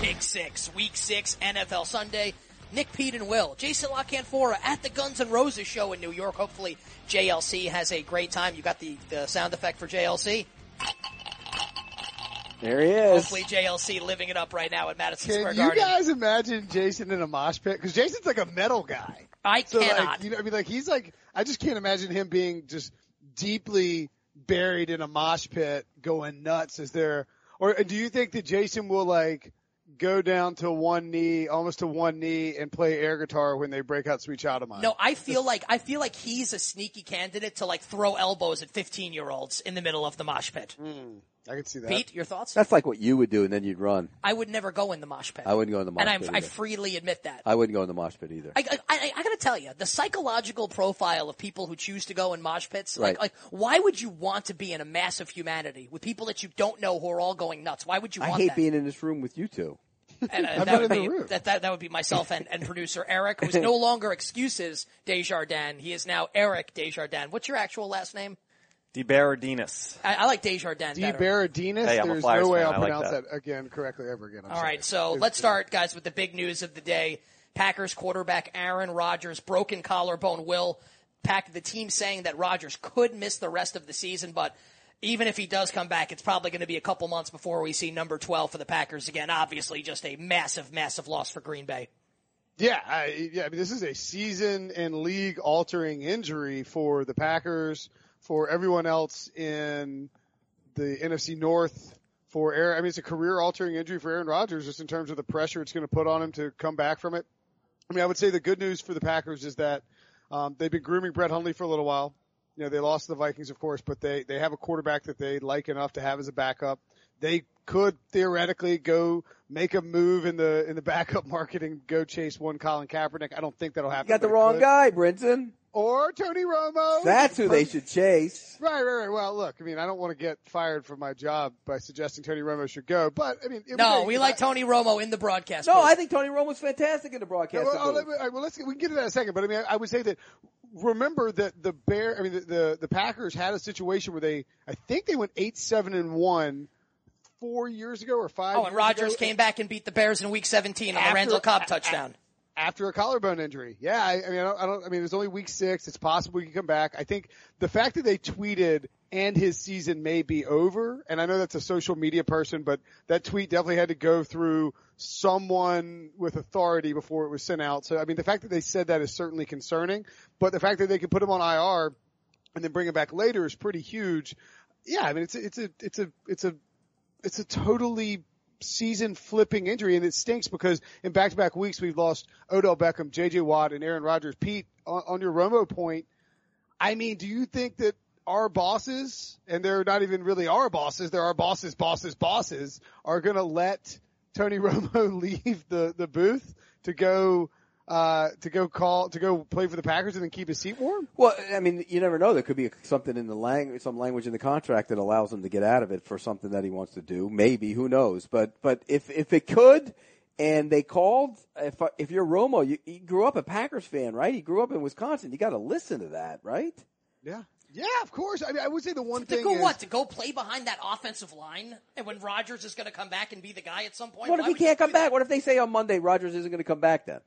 Pick Six, Week Six, NFL Sunday. Nick, Pete, and Will. Jason LaCanfora at the Guns N' Roses show in New York. Hopefully, JLC has a great time. You got the, the sound effect for JLC. There he is. Hopefully, JLC living it up right now at Madison Can Square you Garden. guys imagine Jason in a mosh pit? Because Jason's like a metal guy. I so cannot. Like, you know, I mean, like he's like I just can't imagine him being just deeply buried in a mosh pit, going nuts. Is there? Or do you think that Jason will like go down to one knee, almost to one knee, and play air guitar when they break out "Sweet Child of Mine"? no, I feel like I feel like he's a sneaky candidate to like throw elbows at fifteen year olds in the middle of the mosh pit. I can see that. Pete, your thoughts? Mm, That's like what you would do, and then you'd run. I would never go in the mosh pit. I wouldn't go in the mosh and I'm, pit I either. freely admit that. I wouldn't go in the mosh pit either. I, I, I, I gotta tell you, the psychological profile of people who choose to go in mosh pits, like, Right. like, why would you want to be in a mass of humanity with people that you don't know who are all going nuts? Why would you I, want hate that? being in this room with you two. And, uh, I'm that not would in the be, room. That, that, that would be myself and, and producer Eric, who's no longer excuses Desjardins. He is now Eric Desjardins. What's your actual last name? DeBaradinas. I, I like Desjardins better. DeBaradinas. Hey, I'm a There's Flyers no way fan. I'll I like pronounce that. again correctly ever again. I'm All sorry. right, so let's start, guys, with the big news of the day. Packers quarterback Aaron Rodgers, broken collarbone will. Pack the team saying that Rodgers could miss the rest of the season, but even if he does come back, it's probably going to be a couple months before we see number 12 for the Packers again. Obviously, just a massive, massive loss for Green Bay. Yeah, I, yeah. I mean, this is a season and league altering injury for the Packers, for everyone else in the NFC North, for Aaron. I mean, it's a career altering injury for Aaron Rodgers just in terms of the pressure it's going to put on him to come back from it. I mean, I would say the good news for the Packers is that, um, they've been grooming Brett Hundley for a little while. You know, they lost to the Vikings, of course, but they, they have a quarterback that they like enough to have as a backup. They could theoretically go make a move in the, in the backup market and go chase one Colin Kaepernick. I don't think that'll happen. You got the but it wrong could. guy, Brinson. Or Tony Romo. That's who they Perfect. should chase. Right, right, right. Well, look, I mean, I don't want to get fired from my job by suggesting Tony Romo should go, but I mean, it was No, a- we like Tony Romo in the broadcast. No, booth. I think Tony Romo's fantastic in the Yeah, broadcast. well, oh, let me- all right, well, let's get, we can get to that in a second, but I mean, I, I would say that remember that the bear, I mean, the, the the Packers had a situation where they, I think they went eight, seven, and one four years ago or five. Oh, and years Rodgers ago, came back and beat the Bears in Week 17 on the After- Randall Cobb a- touchdown. after a collarbone injury. Yeah, I, I mean, I don't, I don't, I mean, it's only week six. It's possible he can come back. I think the fact that they tweeted and his season may be over, and I know that's a social media person, but that tweet definitely had to go through someone with authority before it was sent out. So, I mean, the fact that they said that is certainly concerning, but the fact that they could put him on IR and then bring him back later is pretty huge. Yeah, I mean, it's a, it's a, it's a, it's a, it's a totally season flipping injury and it stinks because in back to back weeks we've lost Odell Beckham, JJ Watt and Aaron Rodgers. Pete, on, on your Romo point, I mean, do you think that our bosses, and they're not even really our bosses, they're our bosses, bosses, bosses, are going to let Tony Romo leave the, the booth to go, uh, to go call, to go play for the Packers and then keep his seat warm? Well, I mean, you never know. There could be something in the language, some language in the contract that allows him to get out of it for something that he wants to do. Maybe, who knows? But, but if, if it could, and they called, if, I- if you're Romo, you, you grew up a Packers fan, right? You grew up in Wisconsin. You gotta listen to that, right? Yeah. Yeah, of course. I mean, I would say the one To thing go is, what? To go play behind that offensive line, and when Rodgers is going to come back and be the guy at some point. What if Why he would you can't do come that? back? What if they say on Monday Rogers isn't gonna come back then?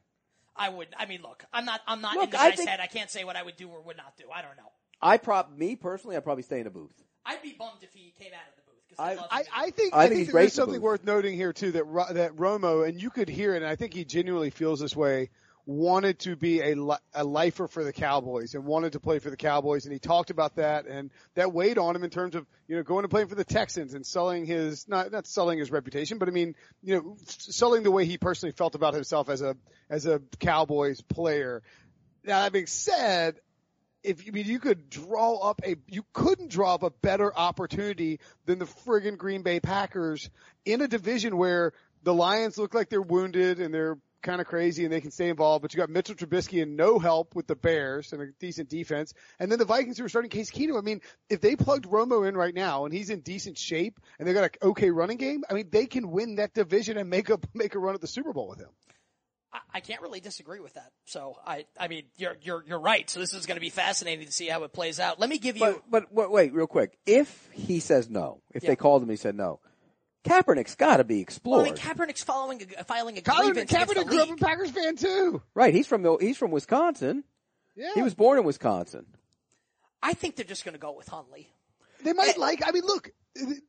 I would. I mean, look, I'm not. I'm not Look, in the I guy's think- head. I can't say what I would do or would not do. I don't know. I prob, me personally, I'd probably stay in a booth. I'd be bummed if he came out of the booth because I- I, love I, him. I think I I, think think, he's there's right to something believe. worth noting here too that Ro- that Romo and you could hear it, and I think he genuinely feels this way. Wanted to be a li- a lifer for the Cowboys and wanted to play for the Cowboys, and he talked about that, and that weighed on him in terms of you know going to play for the Texans and selling his not not selling his reputation, but I mean you know s- selling the way he personally felt about himself as a as a Cowboys player. Now that being said, if I mean you could draw up a you couldn't draw up a better opportunity than the friggin' Green Bay Packers in a division where the Lions look like they're wounded and they're kind of crazy and they can stay involved, but you got Mitchell Trubisky and no help with the Bears and a decent defense. And then the Vikings who are starting Case Keenum. I mean, if they plugged Romo in right now and he's in decent shape and they got an okay running game, I mean, they can win that division and make a, make a run at the Super Bowl with him. I, I can't really disagree with that. So I, I mean, you're, you're, you're right. So this is going to be fascinating to see how it plays out. Let me give you. But, but wait, wait, real quick. If he says no, if Yeah. they called him, he said no. Kaepernick's got to be Well, I explored, mean, Kaepernick's following a, uh, filing a Colin grievance against the Kaepernick grew up a league. Packers fan too. right? He's from Mil- he's from Wisconsin. Yeah. He was born in Wisconsin. I think they're just going to go with Hunley. They Eh. might like. I mean, look.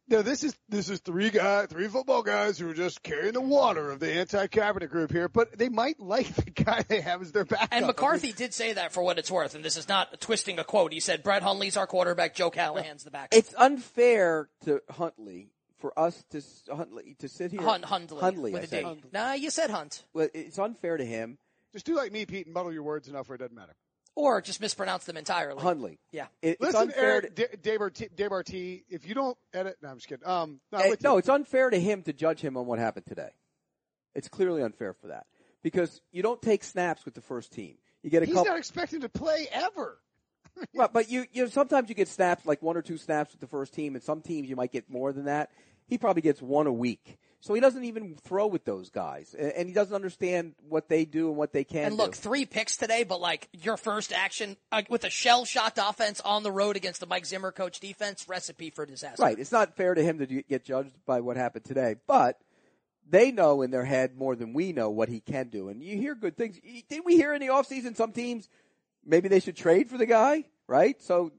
No, this is this is three guy, three football guys who are just carrying the water of the anti-cabinet group here. But they might like the guy they have as their backup. And McCarthy did say that for what it's worth, and this is not twisting a quote. He said, Brett Hundley's our quarterback, Joe Callahan's the backup. It's unfair to Huntley for us to s- Huntley to sit here. Hun, Hundley, Hundley, with I a said. D. Nah, you said Hunt. Well, it's unfair to him, Just do like me, Pete, and muddle your words enough where it doesn't matter. Or just mispronounce them entirely. Huntley. Yeah. It- it's Listen, unfair to- Eric D- Debarty, Debarty, if you don't edit, no, I'm just kidding. Um, no, I'm Uh, with you. no, it's unfair to him to judge him on what happened today. It's clearly unfair for that because you don't take snaps with the first team. You get a he's couple, not expected to play ever. Well, but you you know, sometimes you get snaps like one or two snaps with the first team, and some teams you might get more than that. He probably gets one a week, so he doesn't even throw with those guys, and, and he doesn't understand what they do and what they can And look, do. three picks today, but like your first action uh, with a shell shocked offense on the road against the Mike Zimmer coach defense, recipe for disaster. Right, it's not fair to him to do- get judged by what happened today, but. They know in their head more than we know what he can do, and you hear good things. Y- Didn't we hear in the offseason some teams maybe they should trade for the guy, right? So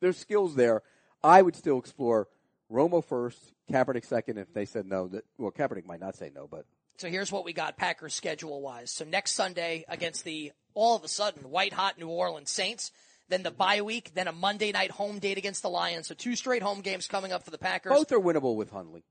there's skills there. I would still explore Romo first, Kaepernick second. If they said no, that well, Kaepernick might not say no, but So here's what we got Packers schedule wise. So next Sunday against the all of a sudden white hot New Orleans Saints, then the bye week, then a Monday night home date against the Lions. So two straight home games coming up for the Packers. both are winnable with Hundley.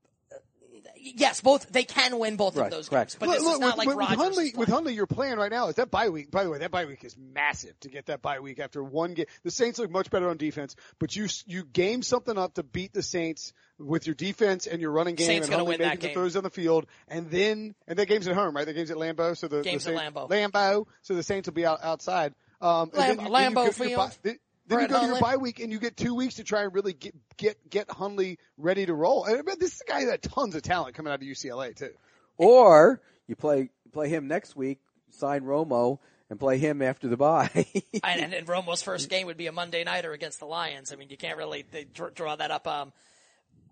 Yes, both they can win both of Right, those correct. games, but this is not like with, Rodgers. With Hundley, is with playing. Hundley, you're playing right now. Is that bye week? By the way, that bye week is massive to get that bye week after one game. The Saints look much better on defense, but you you game something up to beat the Saints with your defense and your running game. Saints and gonna Hundley win making that the game. throws on the field, and then and that game's at home, right? That game's at Lambeau, so the Game's the at Saints- Lambeau. Lambeau, so the Saints will be out outside. Um, Lam- and then you- then you Lambeau go to your bye- Field. then- then Brett you go to your Hundley. bye week and you get two weeks to try and really get get get Hundley ready to roll. And I mean, this is a guy that had tons of talent coming out of UCLA too. Or you play play him next week, sign Romo, and play him after the bye. and, and, and Romo's first game would be a Monday nighter against the Lions. I mean, you can't really they dr- draw that up um,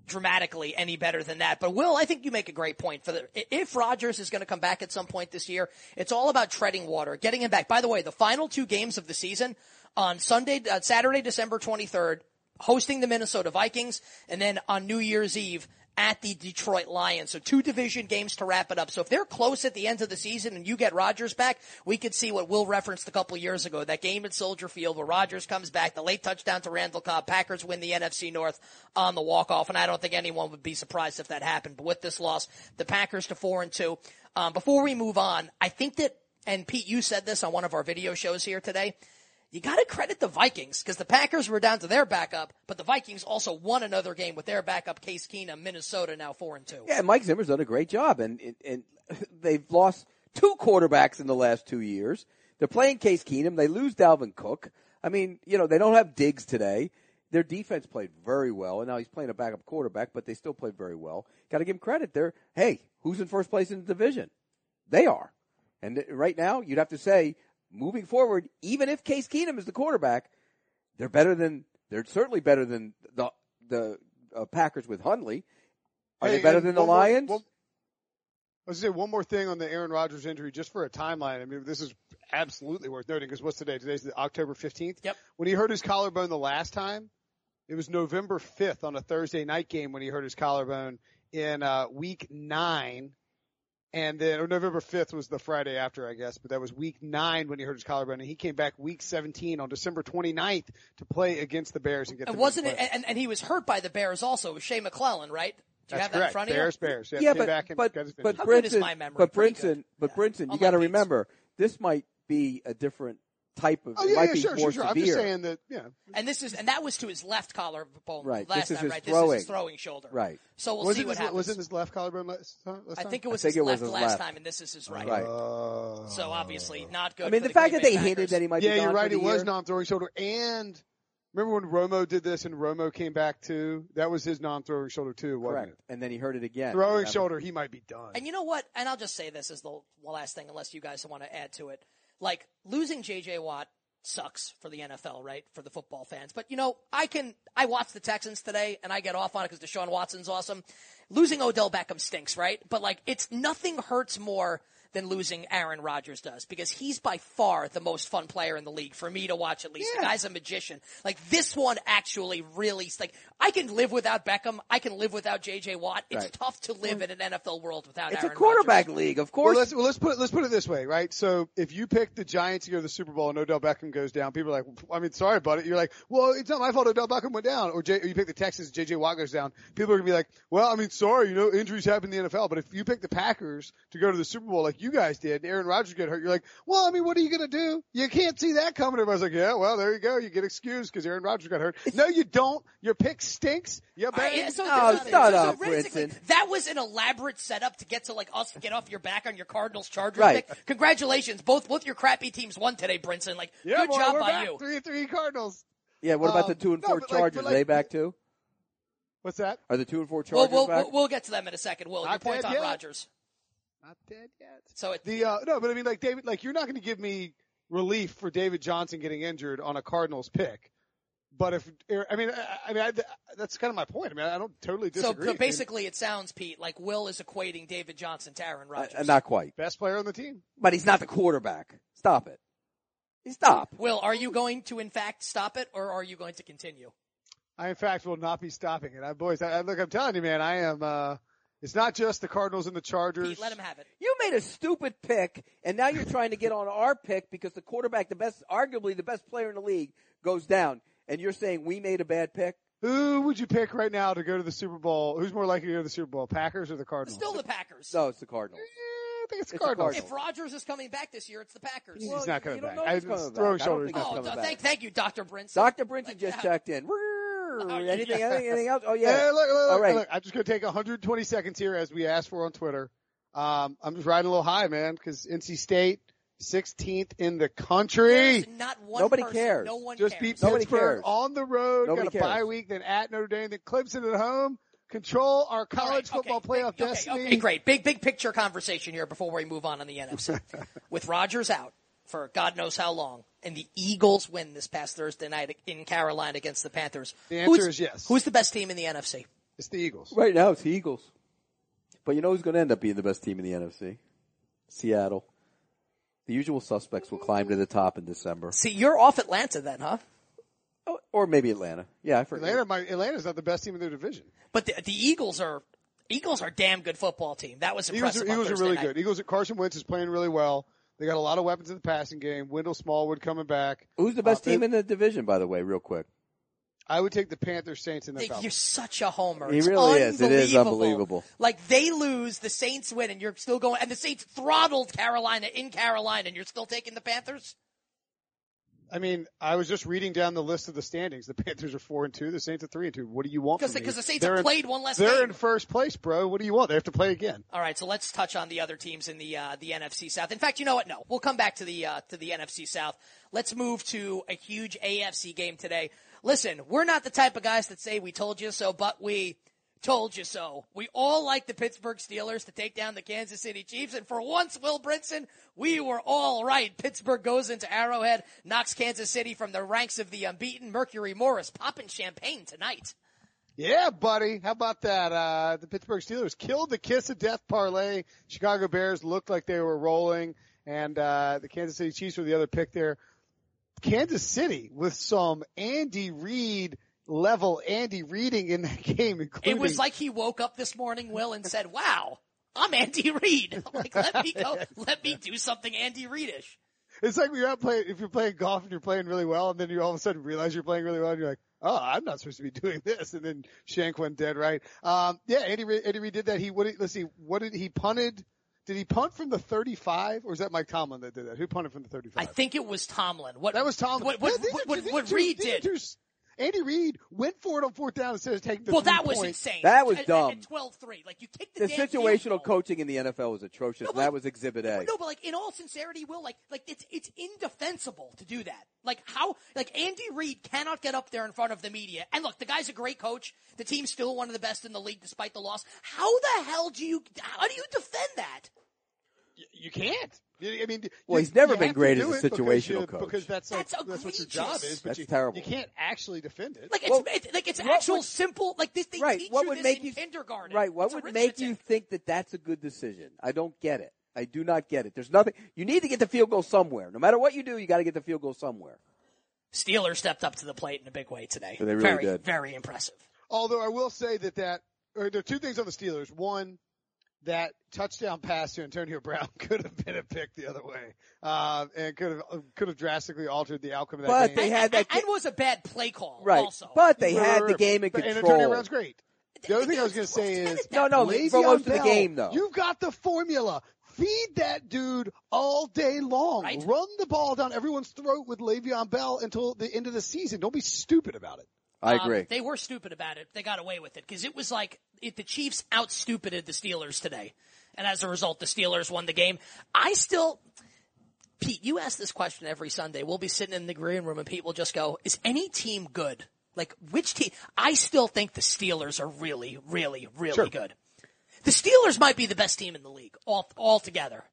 dramatically any better than that. But Will, I think you make a great point for the i- if Rodgers is going to come back at some point this year, it's all about treading water, getting him back. By the way, the final two games of the season on Sunday, uh, Saturday, December twenty third, hosting the Minnesota Vikings, and then on New Year's Eve. At the Detroit Lions. So two division games to wrap it up. So if they're close at the end of the season and you get Rodgers back, we could see what Will referenced a couple years ago. That game at Soldier Field where Rodgers comes back, the late touchdown to Randall Cobb, Packers win the NFC North on the walk off, and I don't think anyone would be surprised if that happened. But with this loss, the Packers to four and two. Um, before we move on, I think that, and Pete, you said this on one of our video shows here today. You got to credit the Vikings because the Packers were down to their backup, but the Vikings also won another game with their backup Case Keenum, Minnesota now four and two. yeah, Mike Zimmer's done a great job, and and- and they've lost two quarterbacks in the last two years. They're playing Case Keenum. They lose Dalvin Cook. I mean, you know, they don't have Diggs today. Their defense played very well, and now he's playing a backup quarterback, but they still played very well. Got to give him credit there. Hey, who's in first place in the division? They are. And th- right now, you'd have to say, moving forward, even if Case Keenum is the quarterback, they're better than they're certainly better than the the uh, Packers with Hundley. Are Hey, they better and than the one more- Lions? one- I was gonna say one more thing on the Aaron Rodgers injury, just for a timeline. I mean, this is absolutely worth noting because what's today? Today's the October fifteenth. Yep. When he hurt his collarbone the last time, it was November fifth on a Thursday night game when he hurt his collarbone in uh, week nine, and then or November fifth was the Friday after, I guess. But that was week nine when he hurt his collarbone, and he came back week seventeen on December 29th to play against the Bears and get. And them wasn't in it? the playoffs. And, and he was hurt by the Bears also. It was Shea McClellan, right? Do you That's have that correct. in front of Bears, you? Bears. Yeah, yeah, came but back and but got his but vengeance. How good is Brinson, my memory? but Pretty Brinson, good. but Yeah. Brinson, you Unlike got to Pete's. remember this might be a different type of Oh it yeah, might yeah, be sure, more sure, sure. I'm severe. just saying that. Yeah, And this is and that was to his left collarbone Right. last This is time, his right? This is throwing. his throwing shoulder. Right. So we'll was see it what his, happens. wasn't his left collarbone last time? last I time? think it was think his it was left his last left. time, and this is his right. Right. Oh. Uh, So obviously not good. I mean, for the fact Green that they Bay hated Packers. that he might. yeah, be you're gone right. For It the was year. non-throwing shoulder. And remember when Romo did this and Romo came back too? That was his non-throwing shoulder too, wasn't correct, and then he heard it again. it? Throwing That- shoulder, he might be done. And you know what? And I'll just say this as the last thing, unless you guys want to add to it. Like losing J.J. Watt sucks for the NFL, right? For the football fans. But you know, I can I watch the Texans today, and I get off on it because Deshaun Watson's awesome. Losing Odell Beckham stinks, right? But like, it's nothing hurts more than losing Aaron Rodgers does because he's by far the most fun player in the league for me to watch at least. The guy's a magician. Like this one actually really like I can live without Beckham. I can live without JJ Watt. It's Right. tough to live in an NFL world without It's a Aaron quarterback Rodgers. league, of Well, course. let's well, let's put let's put it this way, right? So if you pick the Giants to go to the Super Bowl and Odell Beckham goes down, people are like, I mean, sorry about it. You're like, well, it's not my fault Odell Beckham went down, or, J, or you pick the Texans, JJ Watt goes down. People are gonna be like, well, I mean, sorry, you know, injuries happen in the NFL. But if you pick the Packers to go to the Super Bowl like you guys did, and Aaron Rodgers got hurt, you're like, well, I mean, what are you gonna do? You can't see that coming. Everybody's like, yeah, well, there you go. You get excused because Aaron Rodgers got hurt. No, you don't. Your pick stinks. You I- bang. so- No, so- so- shut so up, basically, Brinson. That was an elaborate setup to get to like us to get off your back on your Cardinals Chargers Right. pick. Congratulations, both both your crappy teams won today, Brinson. Like yeah, good boy, job we're by back. you. Three and three Cardinals. yeah, what about um, the two and no, four but like- Chargers? but Are they like- back too? What's that? Are the two and four Well, Chargers we'll, back? we'll we'll get to them in a second. Will your Not point dead on yet. Rodgers? Not dead yet. So it, The uh, no, but I mean, like David, like you're not going to give me relief for David Johnson getting injured on a Cardinals pick. But if er, I mean, I, I mean, I, that's kind of my point. I mean, I don't totally so, disagree. so basically, it sounds Pete like Will is equating David Johnson to Aaron Rodgers. Uh, not quite, best player on the team. but he's not the quarterback. Stop it. Stop. Will, are you going to in fact stop it, or are you going to continue? I in fact will not be stopping it. I boys, I, I- look, I'm telling you, man, I am. uh It's not just the Cardinals and the Chargers. Pete, let him have it. You made a stupid pick, and now you're trying to get on our pick because the quarterback, the best, arguably the best player in the league, goes down, and you're saying we made a bad pick. Who would you pick right now to go to the Super Bowl? Who's more likely to go to the Super Bowl, Packers or the Cardinals? Still the Packers. No, it's the Cardinals. Eh, I think it's, It's the Cardinals. if Cardinals. Rodgers is coming back this year, it's the Packers. He's Well, not you coming don't back. know if I- he's coming throwing back. I don't shoulders think not he's oh, coming th- back. thank thank you, Doctor Brinson. Doctor Brinson just yeah. checked in. anything, anything, anything else? Oh yeah. Hey, look, look, All look, right. look, I'm just going to take 120 seconds here as we asked for on Twitter. Um, I'm just riding a little high, man, because NC State, 16th in the country. There's not one. Nobody person, cares. No one Just cares. beat Nobody Pittsburgh cares. on the road. Nobody got a bye cares. week, then at Notre Dame, then Clemson at home. Control our All right, college football okay, playoff big, okay, destiny. Okay, great. Big big picture conversation here before we move on on the NFC. With Rodgers out for God knows how long, and the Eagles win this past Thursday night in Carolina against the Panthers. The answer who's, is yes. Who's the best team in the NFC? It's the Eagles. Right now it's the Eagles. But you know who's going to end up being the best team in the NFC? Seattle. The usual suspects will climb to the top in December. See, you're off Atlanta then, huh? Oh, or maybe Atlanta. Yeah, I forget. Atlanta, my, Atlanta's not the best team in their division. But the, the Eagles are Eagles are a damn good football team. That was Eagles impressive. are, on Eagles are Thursday really night. good. Eagles, Carson Wentz is playing really well. They got a lot of weapons in the passing game. Wendell Smallwood coming back. Who's the best Uh, team in the division, by the way, real quick? I would take the Panthers, Saints, and the Nick, Falcons. You're such a homer. He It's really is. It is unbelievable. unbelievable. Like they lose, the Saints win, and you're still going. And the Saints throttled Carolina in Carolina, and you're still taking the Panthers. I mean, I was just reading down the list of the standings. The Panthers are four and two. The Saints are three and two. What do you want? Because from the- me? 'cause the Saints They're have in- played one less They're game. in first place, bro. What do you want? They have to play again. All right, so let's touch on the other teams in the uh, the NFC South. In fact, you know what? No, we'll come back to the uh, to the NFC South. Let's move to a huge AFC game today. Listen, we're not the type of guys that say we told you so, but we told you so. We all like the Pittsburgh Steelers to take down the Kansas City Chiefs, and for once, Will Brinson, we were all right. Pittsburgh goes into Arrowhead, knocks Kansas City from the ranks of the unbeaten. Mercury Morris popping champagne tonight. Yeah, buddy. How about that? Uh, the Pittsburgh Steelers killed the kiss of death parlay. Chicago Bears looked like they were rolling and, uh, the Kansas City Chiefs were the other pick there. Kansas City with some Andy Reid level Andy Reading in that game, including It was like he woke up this morning, Will, and said, "Wow, I'm Andy Reid. Like, let me go, let me do something Andy Reidish." It's like you're out playing, if you're playing golf and you're playing really well and then you all of a sudden realize you're playing really well and you're like, oh, I'm not supposed to be doing this. And then Shank went dead right. Um, yeah, Andy, Re- Andy Reid did that. He, what did, let's see, what did he punted? Did he punt from the 35, or is that Mike Tomlin that did that? Who punted from the 35? I think it was Tomlin. What that was Tomlin. What, what, Yeah, these are- what, what, these are what two- Reed these are did. two s- Andy Reed went for it on fourth down instead of taking the Well, that three was point. insane. That was At- at- dumb. At 12-3. Like, you kick the The damn field goal. situational coaching in the NFL was atrocious. No, and that but- was Exhibit A. No, but like in all sincerity, Will, like like it's it's indefensible to do that. Like how like Andy Reid cannot get up there in front of the media. And look, the guy's a great coach. The team's still one of the best in the league despite the loss. How the hell do you how do you defend that? You can't. You- I mean, you- Well, he's you never have been to great do as a it because you- situational coach. Because that's like, That's that's what your job egregious. is. But That's you, terrible. You can't actually defend it. Like it's, Well, it's like it's what actual would- simple like this they right. teach What you would this make in you kindergarten. right? What It's would make you arithmetic. think that that's a good decision? I don't get it. I do not get it. There's nothing. You need to get the field goal somewhere. No matter what you do, you got to get the field goal somewhere. Steelers stepped up to the plate in a big way today. They really very, did. very impressive. Although I will say that that or there are two things on the Steelers. One, that touchdown pass to Antonio Brown could have been a pick the other way, uh, and could have could have drastically altered the outcome of that But game. They had that and, and was a bad play call Right. also. But they Right, had right, the right. game in But- control. And Antonio Brown's great. The other The thing I was going to game's say worth ten is at that No, no, Le'Veon for most of the Bell, game, though. You've got the formula. Feed that dude all day long. Right. Run the ball down everyone's throat with Le'Veon Bell until the end of the season. Don't be stupid about it. I Um, agree. they were stupid about it. They got away with it because it was like it, the Chiefs out stupided the Steelers today, and as a result, the Steelers won the game. I still, Pete, you ask this question every Sunday. We'll be sitting in the green room, and Pete will just go, "Is any team good? Like which team?" I still think the Steelers are really, really, really Sure. good. The Steelers might be the best team in the league all altogether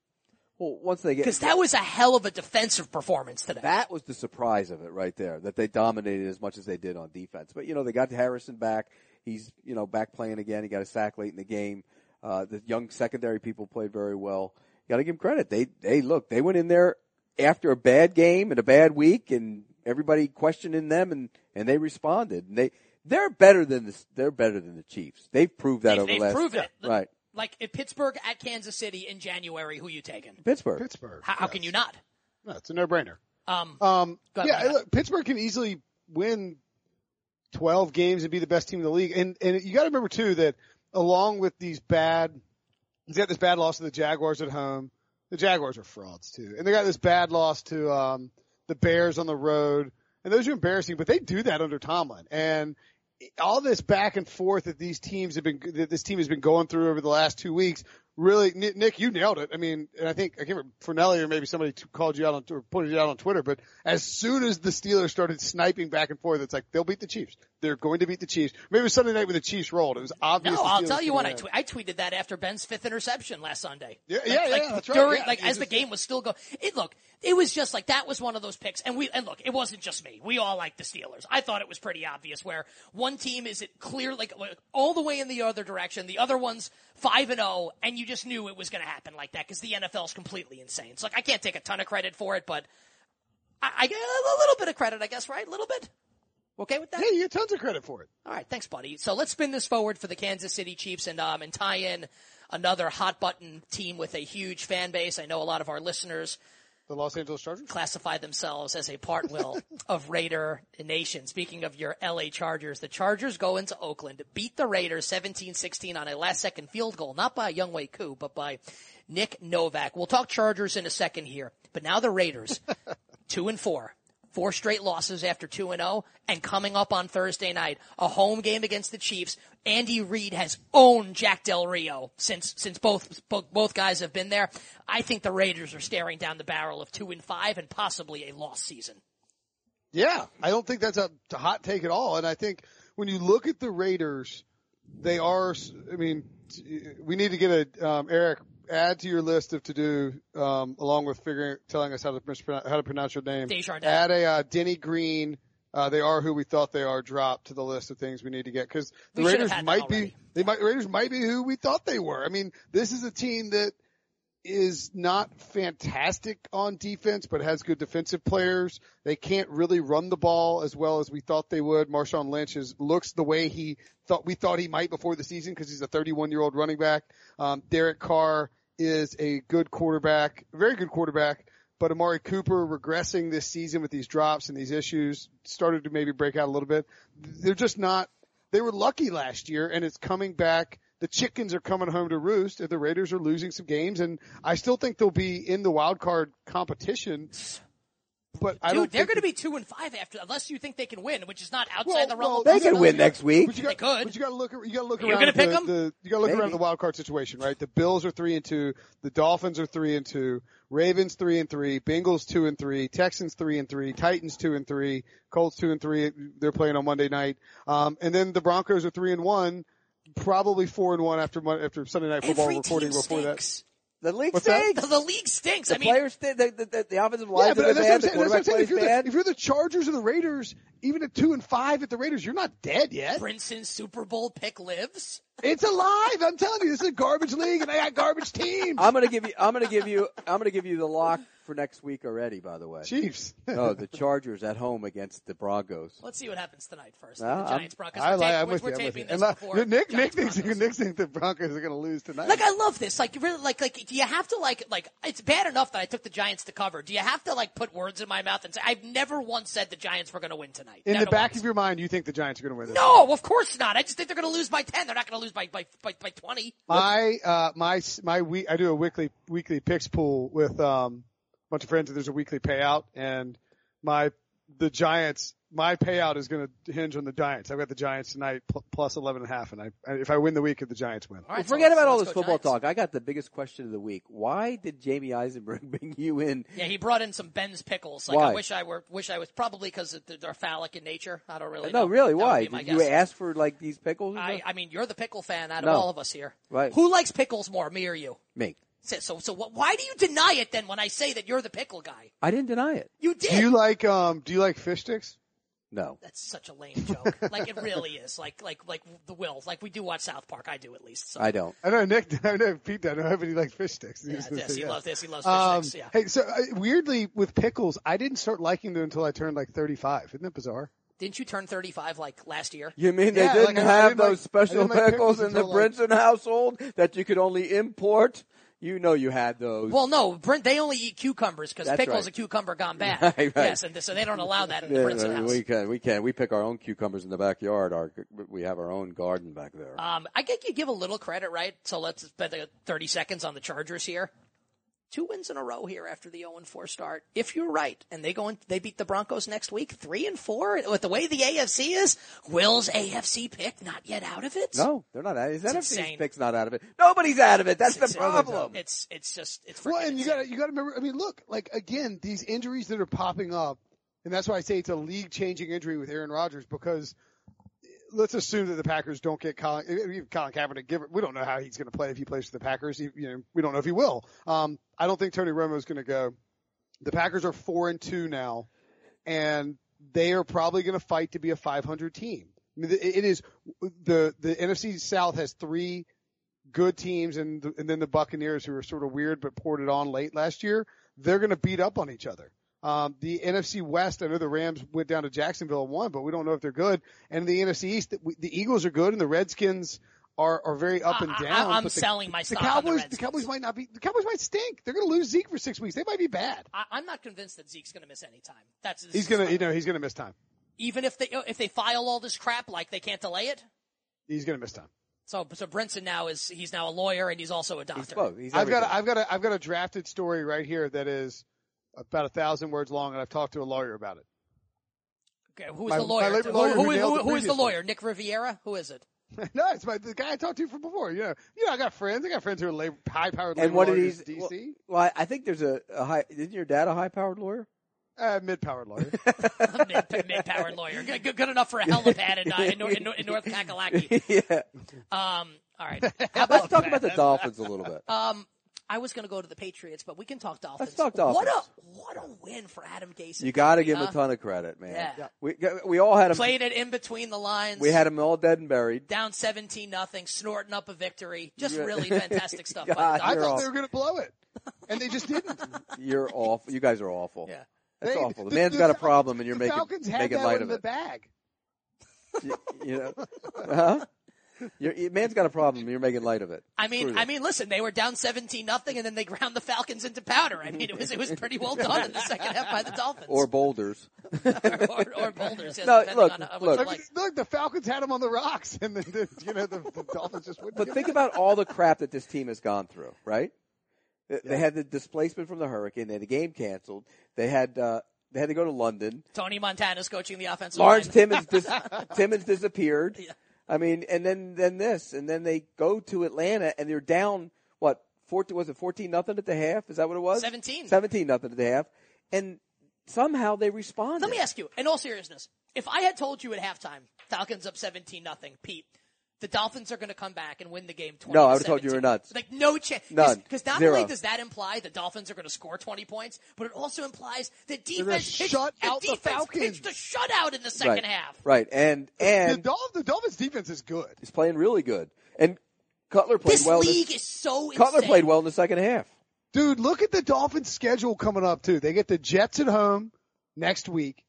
well, once they because get that was a hell of a defensive performance today. that was the surprise of it right there that they dominated as much as they did on defense. But you know they got Harrison back. He's you know back playing again. He got a sack late in the game. Uh, the young secondary people played very well. You got to give them credit. They they look they went in there after a bad game and a bad week and everybody questioning them and and they responded. And they they're better than the they're better than the Chiefs. They've proved that They've- over the they've last proven it. right like at Pittsburgh at Kansas City in January, who you taking? Pittsburgh. Pittsburgh. How, how can you not? No, it's a no-brainer. Um, Um, Go ahead, yeah, Matt. look, Pittsburgh can easily win 12 games and be the best team in the league. And, and you got to remember too that along with these bad, he's got this bad loss to the Jaguars at home. The Jaguars are frauds too. And they got this bad loss to, um, the Bears on the road. And those are embarrassing, but they do that under Tomlin. And all this back and forth that these teams have been, that this team has been going through over the last two weeks, really, Ni- Nick, you nailed it. I mean, and I think, I can't remember, Fornelli or maybe somebody t- called you out on, or pointed it out on Twitter, but as soon as the Steelers started sniping back and forth, it's like, they'll beat the Chiefs. They're going to beat the Chiefs. Maybe it was Sunday night when the Chiefs rolled. It was obvious. No, the I'll Steelers tell you were what. gonna I, win. tw- I tweeted that after Ben's fifth interception last Sunday. Yeah, Like- yeah, like yeah, that's right, During, yeah. like You as the just- game was still going, it look, it was just like that was one of those picks, and we and look, it wasn't just me. We all liked the Steelers. I thought it was pretty obvious where one team is it clear like like, all the way in the other direction, the other one's five and zero, and you just knew it was going to happen like that because the NFL's completely insane. So like I can't take a ton of credit for it, but I, I get a little bit of credit, I guess, right? A little bit. Okay with that? Yeah, you get tons of credit for it. All right, thanks, buddy. So let's spin this forward for the Kansas City Chiefs and um and tie in another hot button team with a huge fan base. I know a lot of our listeners The Los Angeles Chargers. classify themselves as a part will of Raider Nation. Speaking of your LA Chargers, the Chargers go into Oakland, beat the Raiders 17-16 on a last second field goal, not by Young Wei Koo, but by Nick Novak. We'll talk Chargers in a second here, but now the Raiders, two and four. Four straight losses after 2 and 0 and coming up on Thursday night, a home game against the Chiefs. Andy Reid has owned Jack Del Rio since since both both, both guys have been there. I think the Raiders are staring down the barrel of 2 and 5 and possibly a lost season. Yeah, I don't think that's a a hot take at all. And I think when you look at the Raiders, they are. I mean, we need to get a um, Eric add to your list of to do um, along with figuring telling us how to mispronounce, how to pronounce your name. Desjardins. Add a uh, Denny Green. Uh, they are who we thought they are. Drop to the list of things we need to get because the We should have Raiders had them might already. be they might Raiders might be who we thought they were. I mean, this is a team that is not fantastic on defense, but has good defensive players. They can't really run the ball as well as we thought they would. Marshawn Lynch is looks the way he thought we thought he might before the season because he's a 31 year old running back. Um, Derek Carr is a good quarterback, very good quarterback. But Amari Cooper regressing this season with these drops and these issues started to maybe break out a little bit. They're just not. They were lucky last year, and it's coming back the chickens are coming home to roost if the Raiders are losing some games. And I still think they'll be in the wild card competition. But I Dude, don't they're think going to be two and five after, unless you think they can win, which is not outside Well, the realm. well, of They possibility. can win next week. But you got, They could. But you got to look. You got to look You're around. gonna pick the, 'em? the- you got to look Maybe. around the wild card situation, right? The Bills are three and two. The Dolphins are three and two. Ravens three and three. Bengals two and three. Texans three and three. Titans two and three. Colts two and three. They're playing on Monday night. Um, and then the Broncos are three and one. Probably four and one after Mon- after Sunday night football Every recording team before that. stinks. The league What's that? The, stinks. the league stinks. The I mean, players, st- the, the, the, the offensive Yeah, lines but are bad. that's what I'm The saying. That's what I'm quarterback saying. plays If you're, the, bad. if you're the Chargers or the Raiders, even at two and five at the Raiders, you're not dead yet. Princeton's Super Bowl pick lives. It's alive. I'm telling you, this is a garbage league, and I got garbage teams. I'm gonna give you. I'm gonna give you. I'm gonna give you the lock for next week already. By the way, Chiefs. no, the Chargers at home against the Broncos. Let's see what happens tonight first. Well, the I'm- Giants, Broncos. I We're, like. ta- I'm we're, with you. we're I'm with taping you. this And like, before. Nick, Nick Giants, thinks Broncos. Nick thinks the Broncos are going to lose tonight. Like I love this. Like really, like like do you have to like like it's bad enough that I took the Giants to cover. Do you have to like put words in my mouth and say I've never once said the Giants were going to win tonight? In Never the back once. of your mind, you think the Giants are going to win. This. No, of course not. I just think they're going to lose by ten. They're not going to lose by by by, by twenty. My uh my s- my week. I do a weekly weekly picks pool with um a bunch of friends, and there's a weekly payout, and my the Giants. My payout is going to hinge on the Giants. I've got the Giants tonight pl- plus eleven and a half, and I I- if I win the week, if the Giants win. All right, so Forget let's- about all let's this go football Giants. talk. I got the biggest question of the week. Why did Jamie Eisenberg bring you in? Yeah, he brought in some Ben's pickles. Like I Why? wish I were, wish I was probably because they're phallic in nature. I don't Uh, really. No, know. really, That would why? be my Did you guess. ask for like these pickles? Or I, something? I mean, you're the pickle fan out of No. all of us here. Right. Who likes pickles more, me or you? Me. So, so, so what, why do you deny it then when I say that you're the pickle guy? I didn't deny it. You did. Do you like um Do you like fish sticks? No. That's such a lame joke. like it really is. Like, like, like the will. Like we do watch South Park. I do at least. So. I don't. I know Nick. I know Pete. I know everybody likes fish sticks. Yeah, this, he loves this. He loves fish Um, sticks. Yeah. Hey, so uh, weirdly with pickles, I didn't start liking them until I turned like 35. Isn't that bizarre? Didn't you turn 35 like last year? You mean they Yeah, didn't like, I- I have didn't like- those I special didn't like pickles pickles in the until, like- Brinson household that you could only import? You know you had those. Well, no, Brent, they only eat cucumbers because That's pickle's right. a cucumber gone bad. Right, right. Yes, and so they don't allow that in the Yeah, Princeton house. we can, we can, we pick our own cucumbers in the backyard. Our we have our own garden back there. Um, I think you give a little credit, right? So let's spend uh, 30 seconds on the Chargers here. Two wins in a row here after the 0 and 4 start. If you're right, and they go and they beat the Broncos next week, three and four with the way the AFC is, Will's AFC pick not yet out of it. no, they're not. Is that insane. NFC's pick's not out of it? Nobody's out of it. That's the problem. It's it's just it's Well, freaking and you insane. gotta, you gotta remember, I mean, look, like again, these injuries that are popping up, and that's why I say it's a league changing injury with Aaron Rodgers because eh, let's assume that the Packers don't get Colin, eh, even Colin Kaepernick, give it, we don't know how he's going to play if he plays for the Packers. He, you know, we don't know if he will. Um, I don't think Tony Romo is going to go. The Packers are four and two now, and they are probably going to fight to be a 500 team. I mean, it it is the the NFC South has three good teams and and then the Buccaneers who are sort of weird but poured it on late last year, they're going to beat up on each other. Um, the NFC West, I know the Rams went down to Jacksonville and won, but we don't know if they're good. And the NFC East, the, the Eagles are good and the Redskins are, are very up and I- I- down. I'm but the, selling my the stock on the Cowboys, the, Redskins. Cowboys might not be, the Cowboys might stink. They're going to lose Zeke for six weeks. They might be bad. I, I'm not convinced that Zeke's going to miss any time. That's He's going to, you know, he's going to miss time. even if they if they file all this crap, like they can't delay it. He's going to miss time. So so Brinson now is he's now a lawyer and he's also a doctor. It's both. He's I've got, a, everything. I've got a, I've got a drafted story right here that is about a thousand words long and I've talked to a lawyer about it. Okay, who is My- the lawyer? my labor Who- lawyer who- who who- nailed the who is the previous lawyer? Nick Riviera? Who is it? No, it's my, the guy I talked to from before. You know, you know, I got friends. I got friends who are labor, high-powered labor and what did lawyers he? in Well, DC, well, I- I think there's a, a high. Isn't your dad a high-powered lawyer? uh, mid-powered lawyer. Mid, mid-powered lawyer. Good, good- good enough for a helipad in, uh, in, Nor- in, Nor- in North Kakalaki. yeah. Um, all right. How Let's about, talk about the Dolphins a little bit. um, I was going to go to the Patriots, but we can talk Dolphins. talk What a, Dolphins. what a win for Adam Gase. You got to give him Huh? a ton of credit, man. Yeah. Yeah. We we all had him. Played it in between the lines. We had him all dead and buried. down 17 nothing, snorting up a victory. Just Yeah. really fantastic stuff by the God, I Dolphins. you're thought all- they were going to blow it, and they just didn't. You're awful. You guys are awful. Yeah. That's They- awful. The, man's got a problem, and you're the making Falcons had making that light in of the it. bag. You, you know, huh? You're, your man's got a problem. You're making light of it. I mean, Screw I you. mean, listen, they were down 17 nothing and then they ground the Falcons into powder. I mean, it was, it was pretty well done in the second half by the Dolphins. or boulders. or, or Boulders. Yes, No, depending look, on how it look. was I mean, like. look, the Falcons had him on the rocks, and then the, you know the, the Dolphins just wouldn't. But give think it. about all the crap that this team has gone through, right? They they had the displacement from the hurricane. They had the game canceled. They had uh, they had to go to London. Tony Montana's coaching the offensive Lawrence line. Timmons dis- Timmons disappeared. I mean, and then then this, and then they go to Atlanta, and they're down what fourteen? Was it fourteen nothing at the half? Is that what it was? 17. Seventeen nothing at the half, and somehow they responded. Let me ask you, in all seriousness, if I had told you at halftime, Falcons up 17 nothing, Pete, the Dolphins are going to come back and win the game 20 No, I to would've told you you were 17. nuts. Like, no chance. None. Because not Zero. only does that imply the Dolphins are going to score 20 points, but it also implies the defense pitched, shut the out the defense Falcons. pitched a shutout in the second right, half. right, and the, and Dol- the Dolphins defense is good. he's playing really good, and Cutler played This well. in the- league is so Cutler insane. played well in the second half. Dude, look at the Dolphins schedule coming up too. They get the Jets at home next week.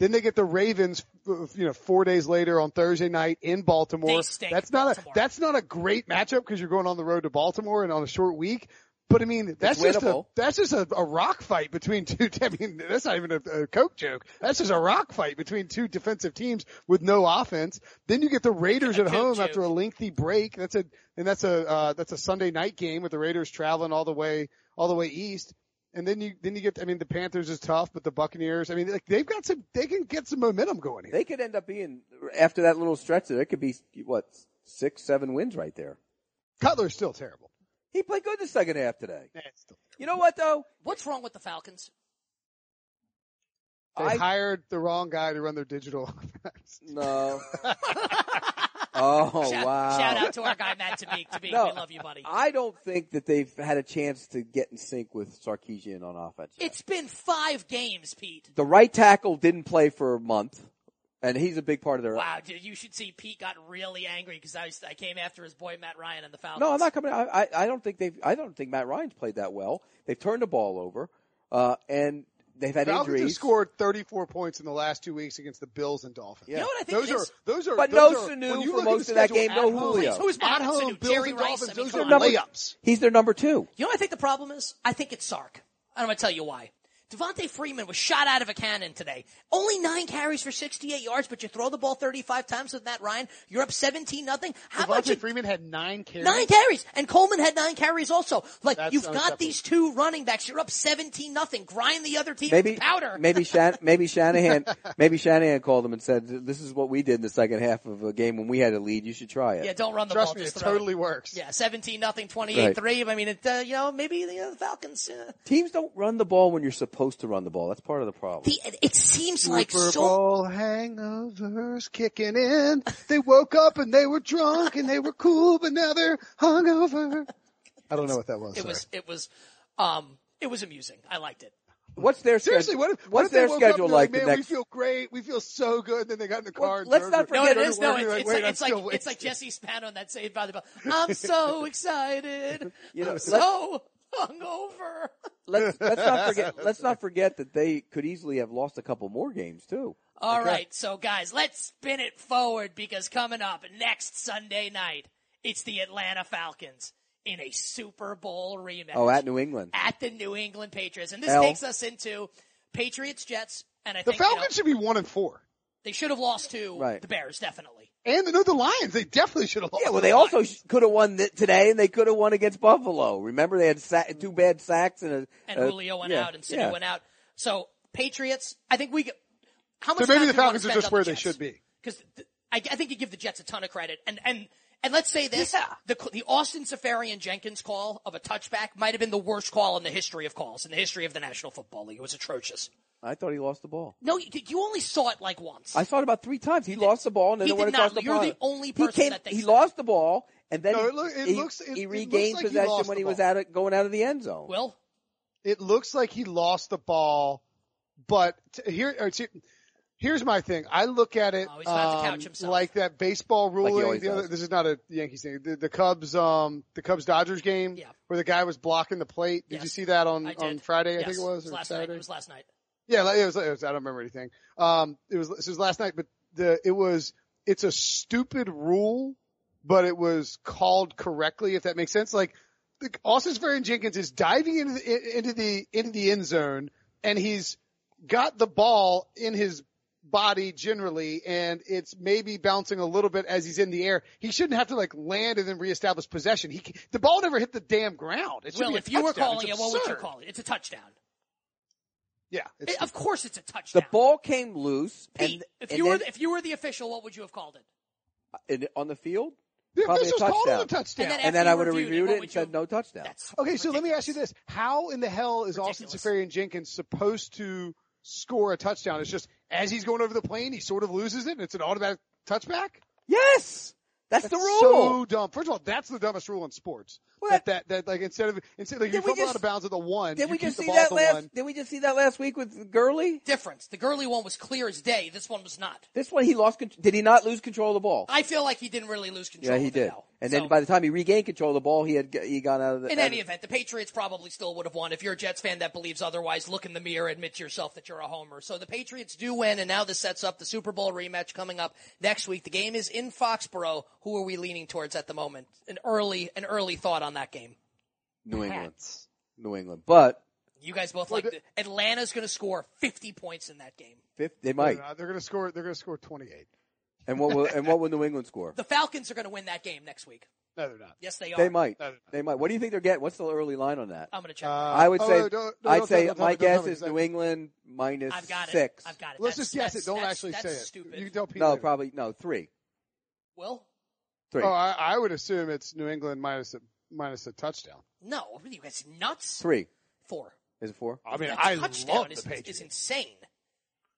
Then they get the Ravens, uh, you know, four days later on Thursday night in Baltimore. They stink, that's not Baltimore. a that's not a great matchup because you're going on the road to Baltimore and on a short week. But I mean, that's just a winnable. that's just a, a rock fight between two. I mean, that's not even a, a coke joke. That's just a rock fight between two defensive teams with no offense. Then you get the Raiders at Coke home joke. after a lengthy break. That's a and that's a uh, that's a Sunday night game with the Raiders traveling all the way all the way east. And then you then you get I mean the Panthers is tough, but the Buccaneers I mean like they've got some they can get some momentum going here. They could end up being after that little stretch. There could be what six, seven wins right there. Cutler's still terrible. He played good the second half today. Nah, it's still You know what though? What's wrong with the Falcons? They I- hired the wrong guy to run their digital offense. No. oh Shout, wow! shout out to our guy Matt Tabik. Tabik, No, we love you, buddy. I don't think that they've had a chance to get in sync with Sarkeesian on offense. yet. It's been five games, Pete. the right tackle didn't play for a month, and he's a big part of their. Wow, dude, you should see Pete got really angry because I, was- I came after his boy Matt Ryan and the Falcons. No, I'm not coming. I, I, I don't think they've. I don't think Matt Ryan's played that well. They've turned the ball over, uh, and they've had Falcons have injuries. scored 34 points in the last two weeks against the Bills and Dolphins. You know what I think Those it are is? those are But those no are, Sanu when you for look at most the of that schedule game, no at home- Julio. Who's at behind Sanu? home, Bills Jerry and Rice? Dolphins, I mean, those come are on. layups. He's their number two. You know what I think the problem is? I think it's Sark. And I'm going to tell you why. Devontae Freeman was shot out of a cannon today. Only nine carries for 68 yards, but you throw the ball 35 times with Matt Ryan. You're up 17 nothing. How about you? Devontae Freeman had nine carries. Nine carries, and Coleman had nine carries also. Like That's you've got unacceptable. these two running backs. You're up 17 nothing. Grind the other team Maybe with powder. maybe Shan- maybe Shanahan maybe Shanahan called him and said, "This is what we did in the second half of a game when we had a lead. You should try it." yeah, don't run the Trust ball. me, it just throw totally works. Yeah, 17 nothing, 28 3. I mean, it, uh, you know, maybe you know, the Falcons. Uh, Teams don't run the ball when you're supposed to run the ball. That's part of the problem. the, it- it seems like Super so. Bowl hangovers kicking in. They woke up and they were drunk and they were cool, but now they're hungover. I don't know what that was. It sorry. was, it was, um, it was amusing. I liked it. What's their Seriously, sched- what if, what's what if their they woke schedule up and like they're the man, next? we feel great, we feel so good, and then they got in the Well, car. and let's drove not her- No, forget- it Yeah, is. No, it's, you're like, it's, wait, like, I'm it's, like, still waiting. it's like Jesse Spano in that Saved by the Bell. I'm so excited. You know, I'm let- so hungover. let's, let's not forget. Let's not forget that they could easily have lost a couple more games too. All right, so guys, let's spin it forward because coming up next Sunday night, it's the Atlanta Falcons in a Super Bowl rematch. Oh, at New England. at the New England Patriots. And this L. takes us into Patriots Jets. And I The think you know, Falcons should be one and four. they should have lost to Right. the Bears, definitely. And the, no, the Lions, they definitely should have lost. Yeah, well, they also sh- could have won th- today, and they could have won against Buffalo. Remember, they had sa- two bad sacks and a Mm-hmm. And Uh, a- Julio went yeah, out and Sinu yeah. went out. So Patriots, I think we. get- How much time So maybe the do we wanna Falcons are spend just on the where they Jets? should be. because I, I think you give the Jets a ton of credit. And and and let's say this: the the Austin Safarian Jenkins call of a touchback might have been the worst call in the history of calls in the history of the National Football League. It was atrocious. I thought he lost the ball. No, you, you only saw it like once. I saw it about three times. He, lost the ball and then he it did went not. across the You're pond. the only he person came, that he thinks lost the ball and then No, it loo- it he, looks- it- he it looks regained like he possession lost when the he was ball. out of, going out of the end zone. Will It looks like he lost the ball, but t- here, or t- here's my thing. I look at it Oh, he's about to um, couch himself. like that baseball ruling. always the other, does. this is not a Yankees thing. The, the Cubs, um, the Cubs Dodgers game Yeah. where the guy was blocking the plate. Did you Yes. see that on, I did. on Friday? I Yes. think it was, or last Saturday. night. It was last night. Yeah, like, it was, it was. I don't remember anything. Um, it was this was last night, but the it was it's a stupid rule but it was called correctly, if that makes sense. Like the, Austin Safarian Jenkins is diving into the, into the into the end zone, and he's got the ball in his body generally, and it's maybe bouncing a little bit as he's in the air. He shouldn't have to like land and then reestablish possession. He c- the ball never hit the damn ground. It should Will, be a if you were touchdown. calling it, It's what would you absurd. call it? It's a touchdown. Yeah, it's, It- of course, it's a touchdown. The ball came loose, Pete, and if and you were then- if you were the official, what would you have called it? and on the field, the probably a officials called it a touchdown. touchdown. And and After then you I would have reviewed it, reviewed what it would and you- said no touchdown. That's Okay, so let me ask you ridiculous. this: How in the hell is Austin Ridiculous. Safarian Jenkins supposed to score a touchdown? It's just as he's going over the plane, he sort of loses it, and it's an automatic touchback. Yes, that's, the That's rule. So dumb. First of all, that's the dumbest rule in sports. What? That, that that like instead of instead like Did you we fumble just- out of bounds at the one, did you we keep just the see ball at that the last? one. Did we just see that last week with Gurley? difference. The Gurley one was clear as day. This one was not. This one he lost. con- Did he not lose control of the ball? I feel like he didn't really lose control. yeah, he of it, did. though. And So, then by the time he regained control of the ball, he had g- he got out of the. in out any of- event, the Patriots probably still would have won. If you're a Jets fan that believes otherwise, look in the mirror, admit to yourself that you're a homer. So the Patriots do win, and now this sets up the Super Bowl rematch coming up next week. The game is in Foxborough. Who are we leaning towards at the moment? An early, an early thought on that game. New England, New England, but You guys both like the, Atlanta's going to score 50 points in that game. fifth, they might. Uh, they're gonna score. They're gonna score twenty eight. And what will and what will New England score? The Falcons are going to win that game next week. No, they're not. Yes, they are. They might. No, no, They might. What do you think they're getting? What's the early line on that? I'm going to check. Uh, I would oh, say. no, don't- don't I'd tell me, say don't tell my me, don't tell guess me, is 'cause I- New England minus I've got six. it. I've got it. Let's That's- just guess that's- it. Don't that's- actually that's say it. stupid. You can tell Pete. No, later. probably no three, Will? three, Oh, I, I would assume it's New England minus a minus a touchdown. No, what are you guys nuts? three. Four. Is it four? I mean, That I touchdown love is, the Patriots. is insane.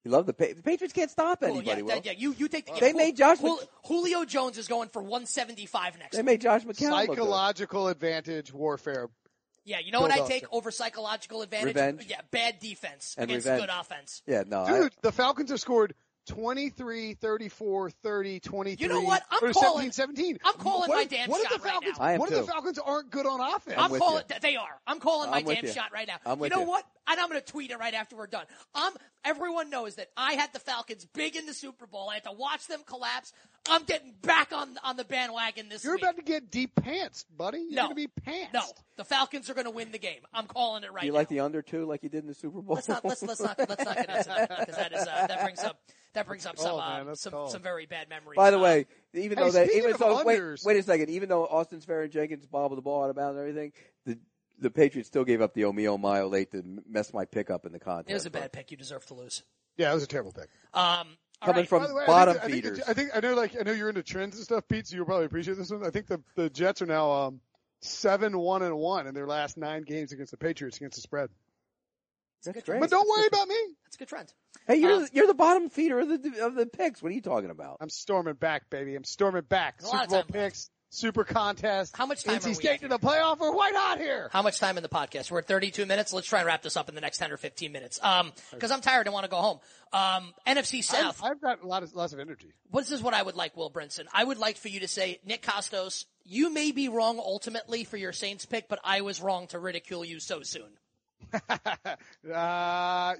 You love the, pa- the Patriots. Can't stop Well, anybody. Oh, yeah, Will. that- yeah, you you take the They Jul- made Josh Jul- Mc- Julio Jones is going for 175 next. They week. made Josh McCown look good. Psychological advantage warfare. yeah, you know what I Philadelphia. take over psychological advantage? Revenge. Yeah, bad defense And against revenge. good offense. Yeah, no, I- Dude, the Falcons have scored 23, 34, 30, 23. You know what? I'm or calling- 17, 17. I'm calling what my if, damn what shot if the right Falcons, now. I am What if too. the Falcons aren't good on offense? I'm with calling. you. They are. I'm calling my I'm with damn you. shot right now. I'm you with know you. what? And I'm going to tweet it right after we're done. I'm. Everyone knows that I had the Falcons big in the Super Bowl. I had to watch them collapse. I'm getting back on on the bandwagon this You're week. about to get deep pants, buddy. You're no, going to be pants. no, the Falcons are going to win the game. I'm calling it right Do you now. like the under two, like you did in the Super Bowl? let's not let's let's not let's not get into that because that is uh, that brings up that brings up some Oh, man, uh, that's some cold. some very bad memories. By the Uh, way, even Hey, though they, speaking even of though wait, unders- wait a second, even though Austin Sperry and Jenkins bobbled the ball out of bounds and everything, the the Patriots still gave up the Omeo mile late to mess my pick up in the contest. it was a bad pick. You deserve to lose. Yeah, that was a terrible pick. Um, all Coming right. from By the way, bottom I think, the- feeders. I think, I, think I know like I know you're into trends and stuff, Pete. So you'll probably appreciate this one. I think the the Jets are now um seven one and one in their last nine games against the Patriots against the spread. That's great. But don't worry about me. that's a good trend. Hey, you're Um, Uh, the, you're the bottom feeder of the of the picks. What are you talking about? I'm storming back, baby. I'm storming back. A lot Super of Bowl time left. picks, Super Contest. How much time NC are we State at to the playoff. We're white hot here. How much time in the podcast? We're at 32 minutes. Let's try and wrap this up in the next 10 or 15 minutes. Um, because I'm tired and want to go home. Um, NFC South. I've, I've got a lot of lots of energy. Well, this is what I would like, Will Brinson. I would like for you to say, Nick Costos, you may be wrong ultimately for your Saints pick, but I was wrong to ridicule you so soon. Uh,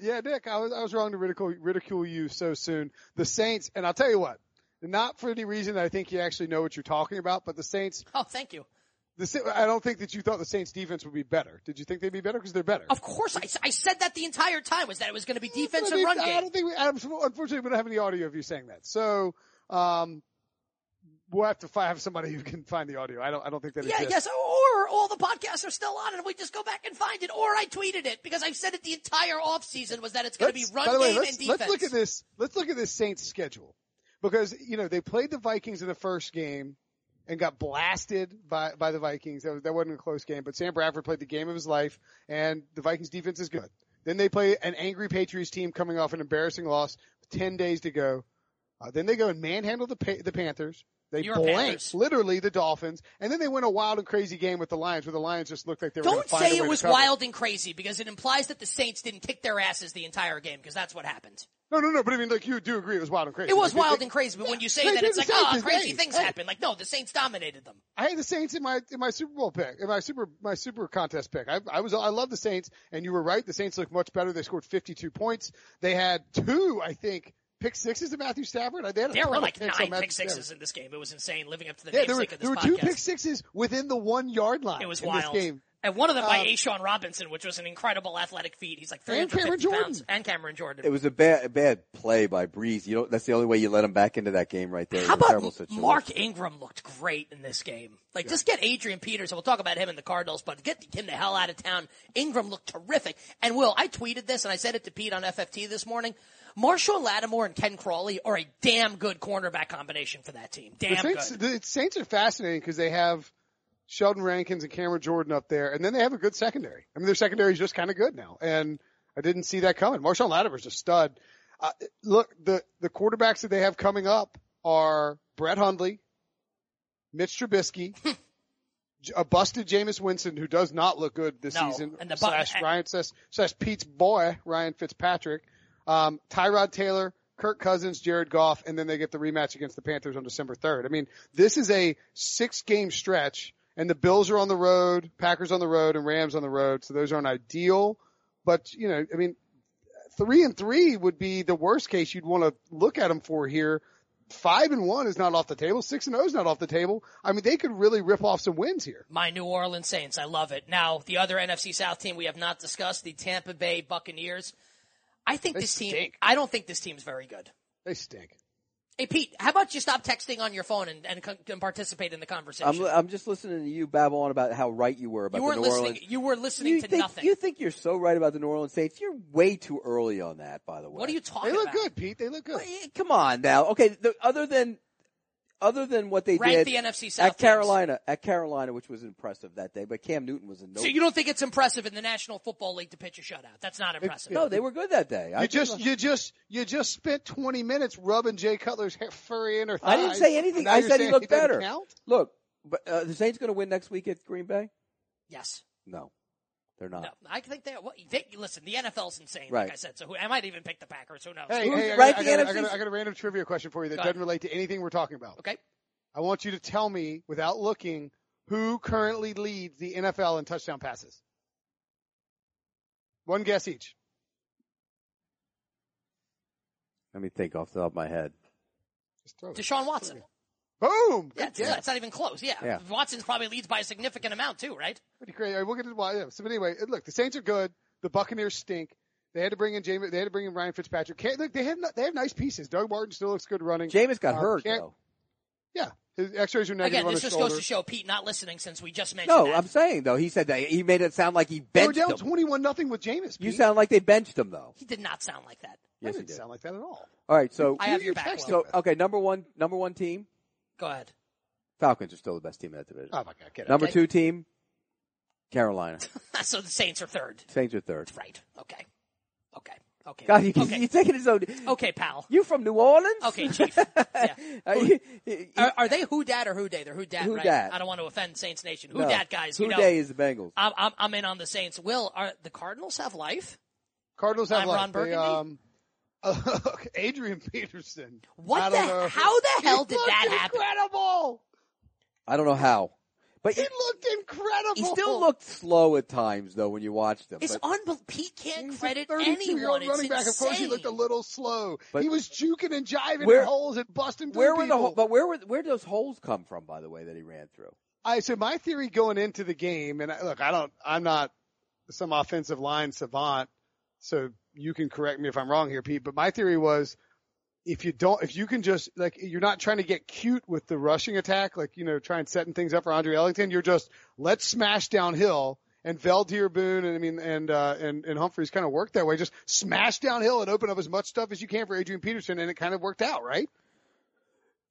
yeah, Nick, I was I was wrong to ridicule ridicule you so soon. The Saints, and I'll tell you what, not for any reason that I think you actually know what you're talking about, but the Saints, Oh, thank you. the Sa- I don't think that you thought the Saints defense would be better. Did you think they'd be better because they're better? Of course, I, I said that the entire time was that it was going to be defense and I mean, run I game. don't think we, I'm, unfortunately, we don't have any audio of you saying that. So, um, we'll have to fi- have somebody who can find the audio. I don't, I don't think that Yeah, yes, exists. or all the podcasts are still on and we just go back and find it, or I tweeted it because I've said it the entire offseason was that it's going to be Let's- run by the way, game let's, and defense. Let's look at this. Let's look at this Saints schedule because you know they played the Vikings in the first game and got blasted by by the Vikings. That, was- that wasn't a close game, but Sam Bradford played the game of his life, and the Vikings defense is good. Then they play an angry Patriots team coming off an embarrassing loss, ten days to go. Uh, then they go and manhandle the pa- the Panthers. They Your blank Panthers. literally the Dolphins, and then they win a wild and crazy game with the Lions, where the Lions just looked like they were. gonna Don't find a say way it to was cover. wild and crazy because it implies that the Saints didn't kick their asses the entire game because that's what happened. No, no, no. But I mean, like you do agree it was wild and crazy. It was Like, they- wild they- and crazy, but when you say they that, did it's the like, same oh, thing. crazy Hey, things hey. happen. Like, no, the Saints dominated them. I had the Saints in my in my Super Bowl pick, in my Super my Super contest pick. I, I was I love the Saints, and you were right. The Saints looked much better. They scored 52 points. They had two, I think, pick sixes to Matthew Stafford? They had a There ton were of like picks on nine Matthew pick sixes Stafford. in this game. It was insane. Living up to the Yeah, there were, namesake of this there were podcast. two pick sixes within the one yard line. It was in wild. This game. And one of them by Um, Ashawn Robinson, which was an incredible athletic feat. He's like And 350 Cameron Jordan. pounds. And Cameron Jordan. It was a bad, a bad play by Breeze. You know, that's the only way you let him back into that game right there. How It was a terrible about situation. Mark Ingram looked great in this game? Like, just get Adrian Peterson. We'll talk about him and the Cardinals, but get him the hell out of town. Ingram looked terrific. And Will, I tweeted this and I said it to Pete on FFT this morning. Marshall Lattimore and Ken Crawley are a damn good cornerback combination for that team. Damn The Saints, good. the Saints are fascinating because they have Sheldon Rankins and Cameron Jordan up there, and then they have a good secondary. I mean, their secondary is just kind of good now, and I didn't see that coming. Marshawn Lattimore's a stud. Uh, look, the the quarterbacks that they have coming up are Brett Hundley, Mitch Trubisky, J- a busted Jameis Winston who does not look good this No, season, and the bu- slash Ryan slash, slash Pete's boy Ryan Fitzpatrick, um, Tyrod Taylor, Kirk Cousins, Jared Goff, and then they get the rematch against the Panthers on December third. I mean, this is a six game stretch, and the Bills are on the road, Packers on the road, and Rams on the road, so those aren't ideal. But you know, I mean, three and three would be the worst case you'd want to look at them for here. Five and one is not off the table. Six and zero is not off the table. I mean, they could really rip off some wins here. My New Orleans Saints. I love it. Now, the other NFC South team we have not discussed, the Tampa Bay Buccaneers. I think They this team, stink. I don't think this team's very good. They stink. Hey Pete, how about you stop texting on your phone and, and, co- and participate in the conversation? I'm, I'm just listening to you babble on about how right you were about you weren't the New listening. Orleans. You were listening you to think, nothing. You think you're so right about the New Orleans Saints? You're way too early on that, by the way. what are you They talking look about? good, Pete. They look good. Eh, Come on now. Okay, the, other than other than what they Rank did the NFC South at teams. Carolina, at Carolina, which was impressive that day, but Cam Newton was a no. So you don't think it's impressive in the National Football League to pitch a shutout? That's not impressive. no, they were good that day. I You just, you just, you just spent 20 minutes rubbing Jay Cutler's hair, furry inner I didn't thighs. say anything. Now I you're said he saying looked doesn't better. count? Look, but uh, the Saints going to win next week at Green Bay? yes. No, they're not. No, I think they, well, they listen. The NFL's insane, like Uh. Right. I said. So who, I might even pick the Packers. Who knows? Hey, Who's hey, I got, ranked I, the got, I, NFC? got, I got a random trivia question for you that Go doesn't ahead. relate to anything we're talking about. Okay. I want you to tell me without looking who currently leads the NFL in touchdown passes. One guess each. Let me think off the top of my head. Just throw it. Deshaun Watson. Boom. Yeah, it's, it's not even close. Yeah. Yeah. Watson's probably leads by a significant amount too, right? Pretty crazy. All right, We'll get to why. Yeah. So anyway, look, the Saints are good. The Buccaneers stink. They had to bring in James. They had to bring in Ryan Fitzpatrick. Can't, look, they have no- they have nice pieces. Doug Martin still looks good running. Jameis got Uh, hurt Cam- though. Yeah, his X-rays are negative Again, on this his just shoulder. goes to show Pete not listening since we just mentioned. No, that. I'm saying though, he said that he made it sound like he they were benched down him. twenty-one nothing with Jameis. You Pete. sound like they benched him though. He did not sound like that. that Yes, he didn't did. sound like that at all. All right, so I have you your back. texted Will. so okay, number one, number one team, Go ahead. Falcons are still the best team in that division. Oh my god, get out. number okay. two team, Carolina. so the Saints are third. Saints are third. Right. Okay. Okay. Okay. God, you, okay. you're taking his own. okay, pal. You from New Orleans? Okay, Chief. Yeah. Are you- you- Are, are they who dat or who day? They're who dat. Who right? dat. I don't want to offend Saints Nation. Who no. dat guys? Who you know, day is the Bengals? I'm, I'm I'm in on the Saints. Will are the Cardinals have life? Cardinals have I'm like Ron they, Burgundy. um, Adrian Peterson. What I the? don't know. How the hell He did looked that happen? Incredible. I don't know how, but He he, looked incredible. he still looked slow at times though when you watched him. It's but- unbelievable. Pete can't He's a credit 32 year anyone. old It's running back. Of course, he insane. looked a little slow. But- he was juking and jiving Where- in holes and busting. where through were the people. hole, but where were where did those holes come from? By the way, that he ran through. I so my theory going into the game, and I, look, I don't, I'm not some offensive line savant, so you can correct me if I'm wrong here, Pete. But my theory was, if you don't, if you can just like, you're not trying to get cute with the rushing attack, like you know, trying setting things up for Andre Ellington. You're just let's smash downhill. And Veldier Boone and I mean and uh and, and Humphreys kind of worked that way. Just smash downhill and open up as much stuff as you can for Adrian Peterson and it kind of worked out, right?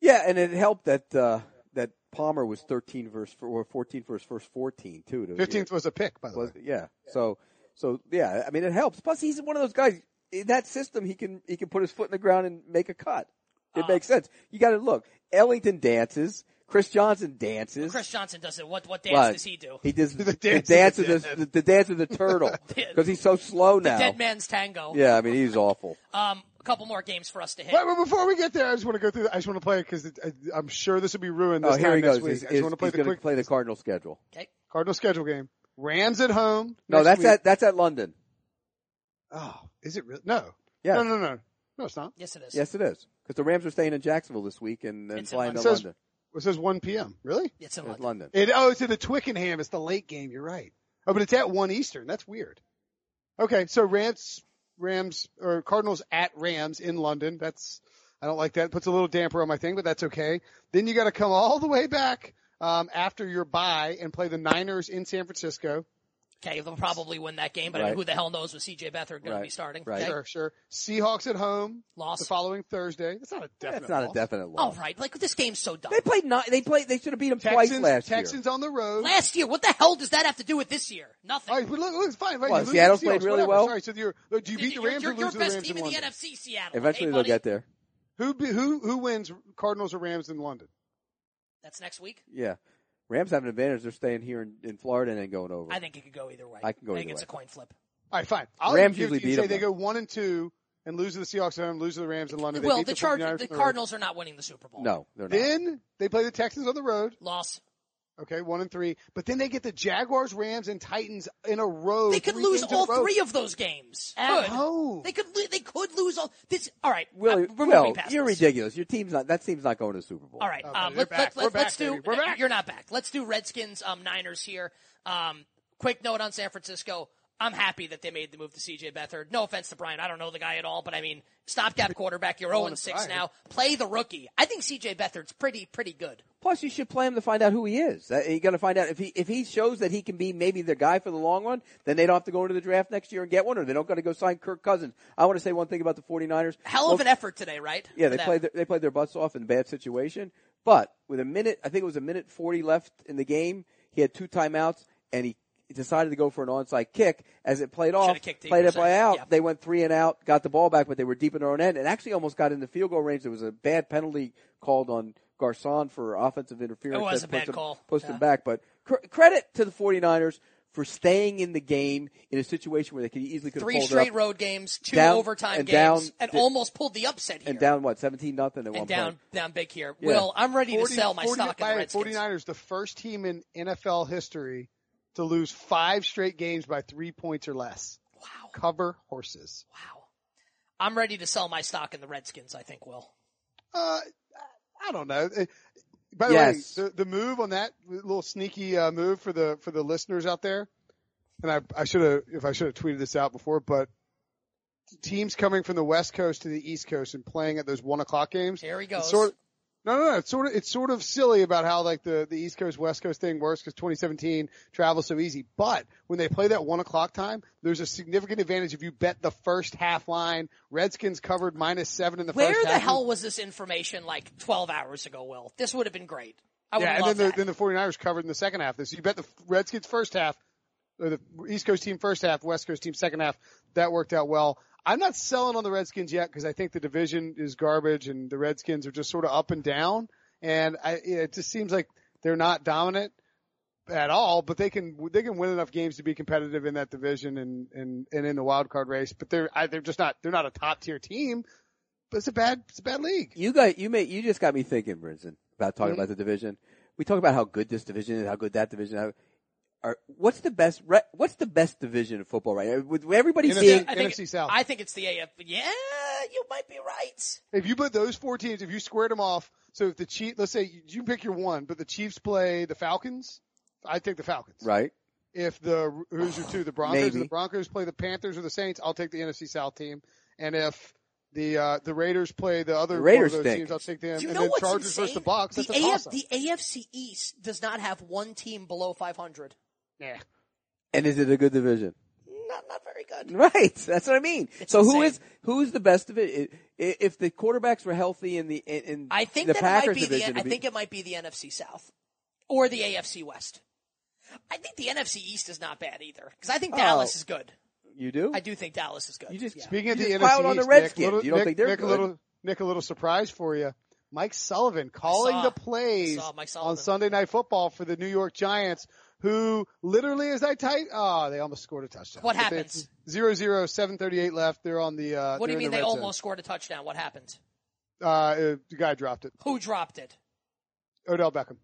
Yeah, and it helped that uh, that Palmer was thirteen verse or fourteen verse first fourteen too. to- Fifteenth was a pick, by the was way. yeah. So so yeah, I mean it helps. Plus he's one of those guys in that system he can he can put his foot in the ground and make a cut. It Uh-huh. makes sense. You got to look. Ellington dances. Chris Johnson dances. Chris Johnson does it. What what dance But does he do? He does the, dance dance of of the the, the, the dance of the turtle because he's so slow now. Dead man's tango. Yeah, I mean he's awful. Um, a couple more games for us to hit. Wait, wait, before we get there, I just want to go through. The, I just want to play it because I'm sure this will be ruined. This oh, here time he next goes. Week. He's, I just want to play going the to quick play the Cardinal schedule. Okay. Cardinal schedule game. Rams at home. No, next that's week. at that's at London. Oh, is it really? No. Yeah. No, no, no. No, it's not. Yes, it is. Yes, it is. Because the Rams are staying in Jacksonville this week and, and It's in flying to London. It says, London. it says 1 p.m. Really? It's in It's London. London. It, oh, it's in the Twickenham. It's the late game. You're right. Oh, but it's at 1 Eastern. That's weird. Okay. So Rams, Rams, or Cardinals at Rams in London. That's, I don't like that. Puts a little damper on my thing, but that's okay. Then you got to come all the way back, um, after your bye and play the Niners in San Francisco. Okay, they'll probably win that game, but I mean, Right. who the hell knows with CJ Beathard going to be Right. starting? Right. Okay? Sure, sure. Seahawks at home. Loss. The following Thursday. That's not a definite. That's not a loss. definite All loss. right, like this game's so dumb. They played not, they played, they should have beat them Texans, twice last year. Texans on the road. Last year, what the hell does that have to do with this year? Nothing. All right, but look, look, it's fine. Right? Well, You lose Seattle to the Seahawks, played really whatever. well. Sorry, so you're, look, do you beat the You're- Rams you're or you're lose to the best Rams team in in the London? NFC, Seattle. Eventually hey, they'll buddy, get there. Who be, who who wins Cardinals or Rams in London? That's next week. Yeah. Rams have an advantage. They're staying here in, in Florida and then going over. I think it could go either way. I can go I think either it's way. a coin flip. All right, fine. I'll Rams give it to usually you beat and say they them, go one and two and lose to the Seahawks at home, lose to the Rams in London. They well, beat the 49ers Chargers, the on road. Cardinals are not winning the Super Bowl. no, they're not. Then they play the Texans on the road. Loss. Okay, one and three. But then they get the Jaguars, Rams, and Titans in a row. They could three lose games in a all row. three of those games. At could. home. They could. lo- They could lose all this. All right, Will, I- we're Will, moving past you're this. ridiculous. Your team's not, that team's not going to the Super Bowl. All right, Oh, um, let, baby, we're let, back. We're let's back, do. baby. We're back. You're not back. Let's do Redskins, um, Niners here. Um, quick note on San Francisco. I'm happy that they made the move to C.J. Beathard. No offense to Brian, I don't know the guy at all, but I mean, stopgap quarterback. You're 0 6 Brian. now. Play the rookie. I think C.J. Beathard's pretty pretty good. Plus, you should play him to find out who he is. That, you're going to find out if he if he shows that he can be maybe the guy for the long run. Then they don't have to go into the draft next year and get one, or they don't got to go sign Kirk Cousins. I want to say one thing about the 49ers. Hell Well, of an effort today, right? Yeah, For they them. played their, they played their butts off in a bad situation, but with a minute, I think it was a minute forty left in the game. He had two timeouts, and he decided to go for an onside kick. As it played off, kicked deep played it yourself. by out. Yeah. They went three and out, got the ball back, but they were deep in their own end, and actually almost got in the field goal range. There was a bad penalty called on Garcon for offensive interference. It was that a bad pushed him- call. pushed Yeah. him back, but cr- credit to the 49ers for staying in the game in a situation where they could easily could have three pulled it straight up road games, two Down- overtime and games, down- and almost pulled the upset here. and down what seventeen nothing at one And down, point. down big here. Yeah. Will, I'm ready 40 to sell my 40 stock in the by Redskins. 49ers, the first team in NFL history to lose five straight games by three points or less. Wow. Cover horses. Wow. I'm ready to sell my stock in the Redskins, I think, Will. Uh, I don't know. Uh, By the Yes. way, the, the move on that little sneaky uh, move for the for the listeners out there, and I I should have if I should have tweeted this out before, but teams coming from the West Coast to the East Coast and playing at those one o'clock games. Here he it's goes. Sort no, no, no. It's sort of it's sort of silly about how like the the East Coast West Coast thing works because 2017 travel so easy. But when they play that one o'clock time, there's a significant advantage if you bet the first half line. Redskins covered minus seven in the Where first the half. hell was this information like 12 hours ago, Will? This would have been great. I would Yeah, have and then loved the, that. then the 49ers covered in the second half. So you bet the Redskins first half, or the East Coast team first half, West Coast team second half. That worked out well. I'm not selling on the Redskins yet because I think the division is garbage and the Redskins are just sort of up and down. And I, it just seems like they're not dominant at all, but they can they can win enough games to be competitive in that division and and, and in the wild card race. But they're I, they're just not they're not a top tier team. But it's a bad it's a bad league. You got you made you just got me thinking, Brinson, about talking Mm-hmm. about the division. We talk about how good this division is, how good that division. How, are, what's the best? re- What's the best division of football right now? With everybody NFC. seeing I think, NFC South. I think it's the AF. Yeah, you might be right. If you put those four teams, if you squared them off, so if the Chiefs, let's say you- you pick your one, but the Chiefs play the Falcons, I'd take the Falcons. right, If the, who's your two? The Broncos. If Maybe. the Broncos play the Panthers or the Saints, I'll take the NFC South team. And if the, uh, the Raiders play the other The Raiders one of those stink. teams, I'll take them. Do you and know then what's Chargers insane? versus the Bucks, the, that's a toss AF the AFC East does not have one team below 500. Yeah. and is it a good division? Not not very good. Right, that's what I mean. so who Mm-hmm. insane. is who is the best division? If the quarterbacks were healthy in the in, in I think the that Packers it might be the. division, I it'd be- think it might be the NFC South or the AFC West. I think the NFC East is not bad either because I think Dallas is good. you do. I do think Dallas is good. Oh. You just Yeah. Speaking of You the just NFC piled on the East, Redskins. Nick, little- You don't Nick- think they're Nick, a good? little, Nick, a little surprise for you. Mike Sullivan calling saw- the plays I saw Mike on Sullivan. Sunday Night Football for the New York Giants, who literally as I type, oh, they almost scored a touchdown. What But they- happens? Zero zero seven thirty eight left. They're on the. Uh, What do you they're mean in they the red zone. almost scored a touchdown? What happened? Uh, uh, the guy dropped it. Who dropped it? Odell Beckham.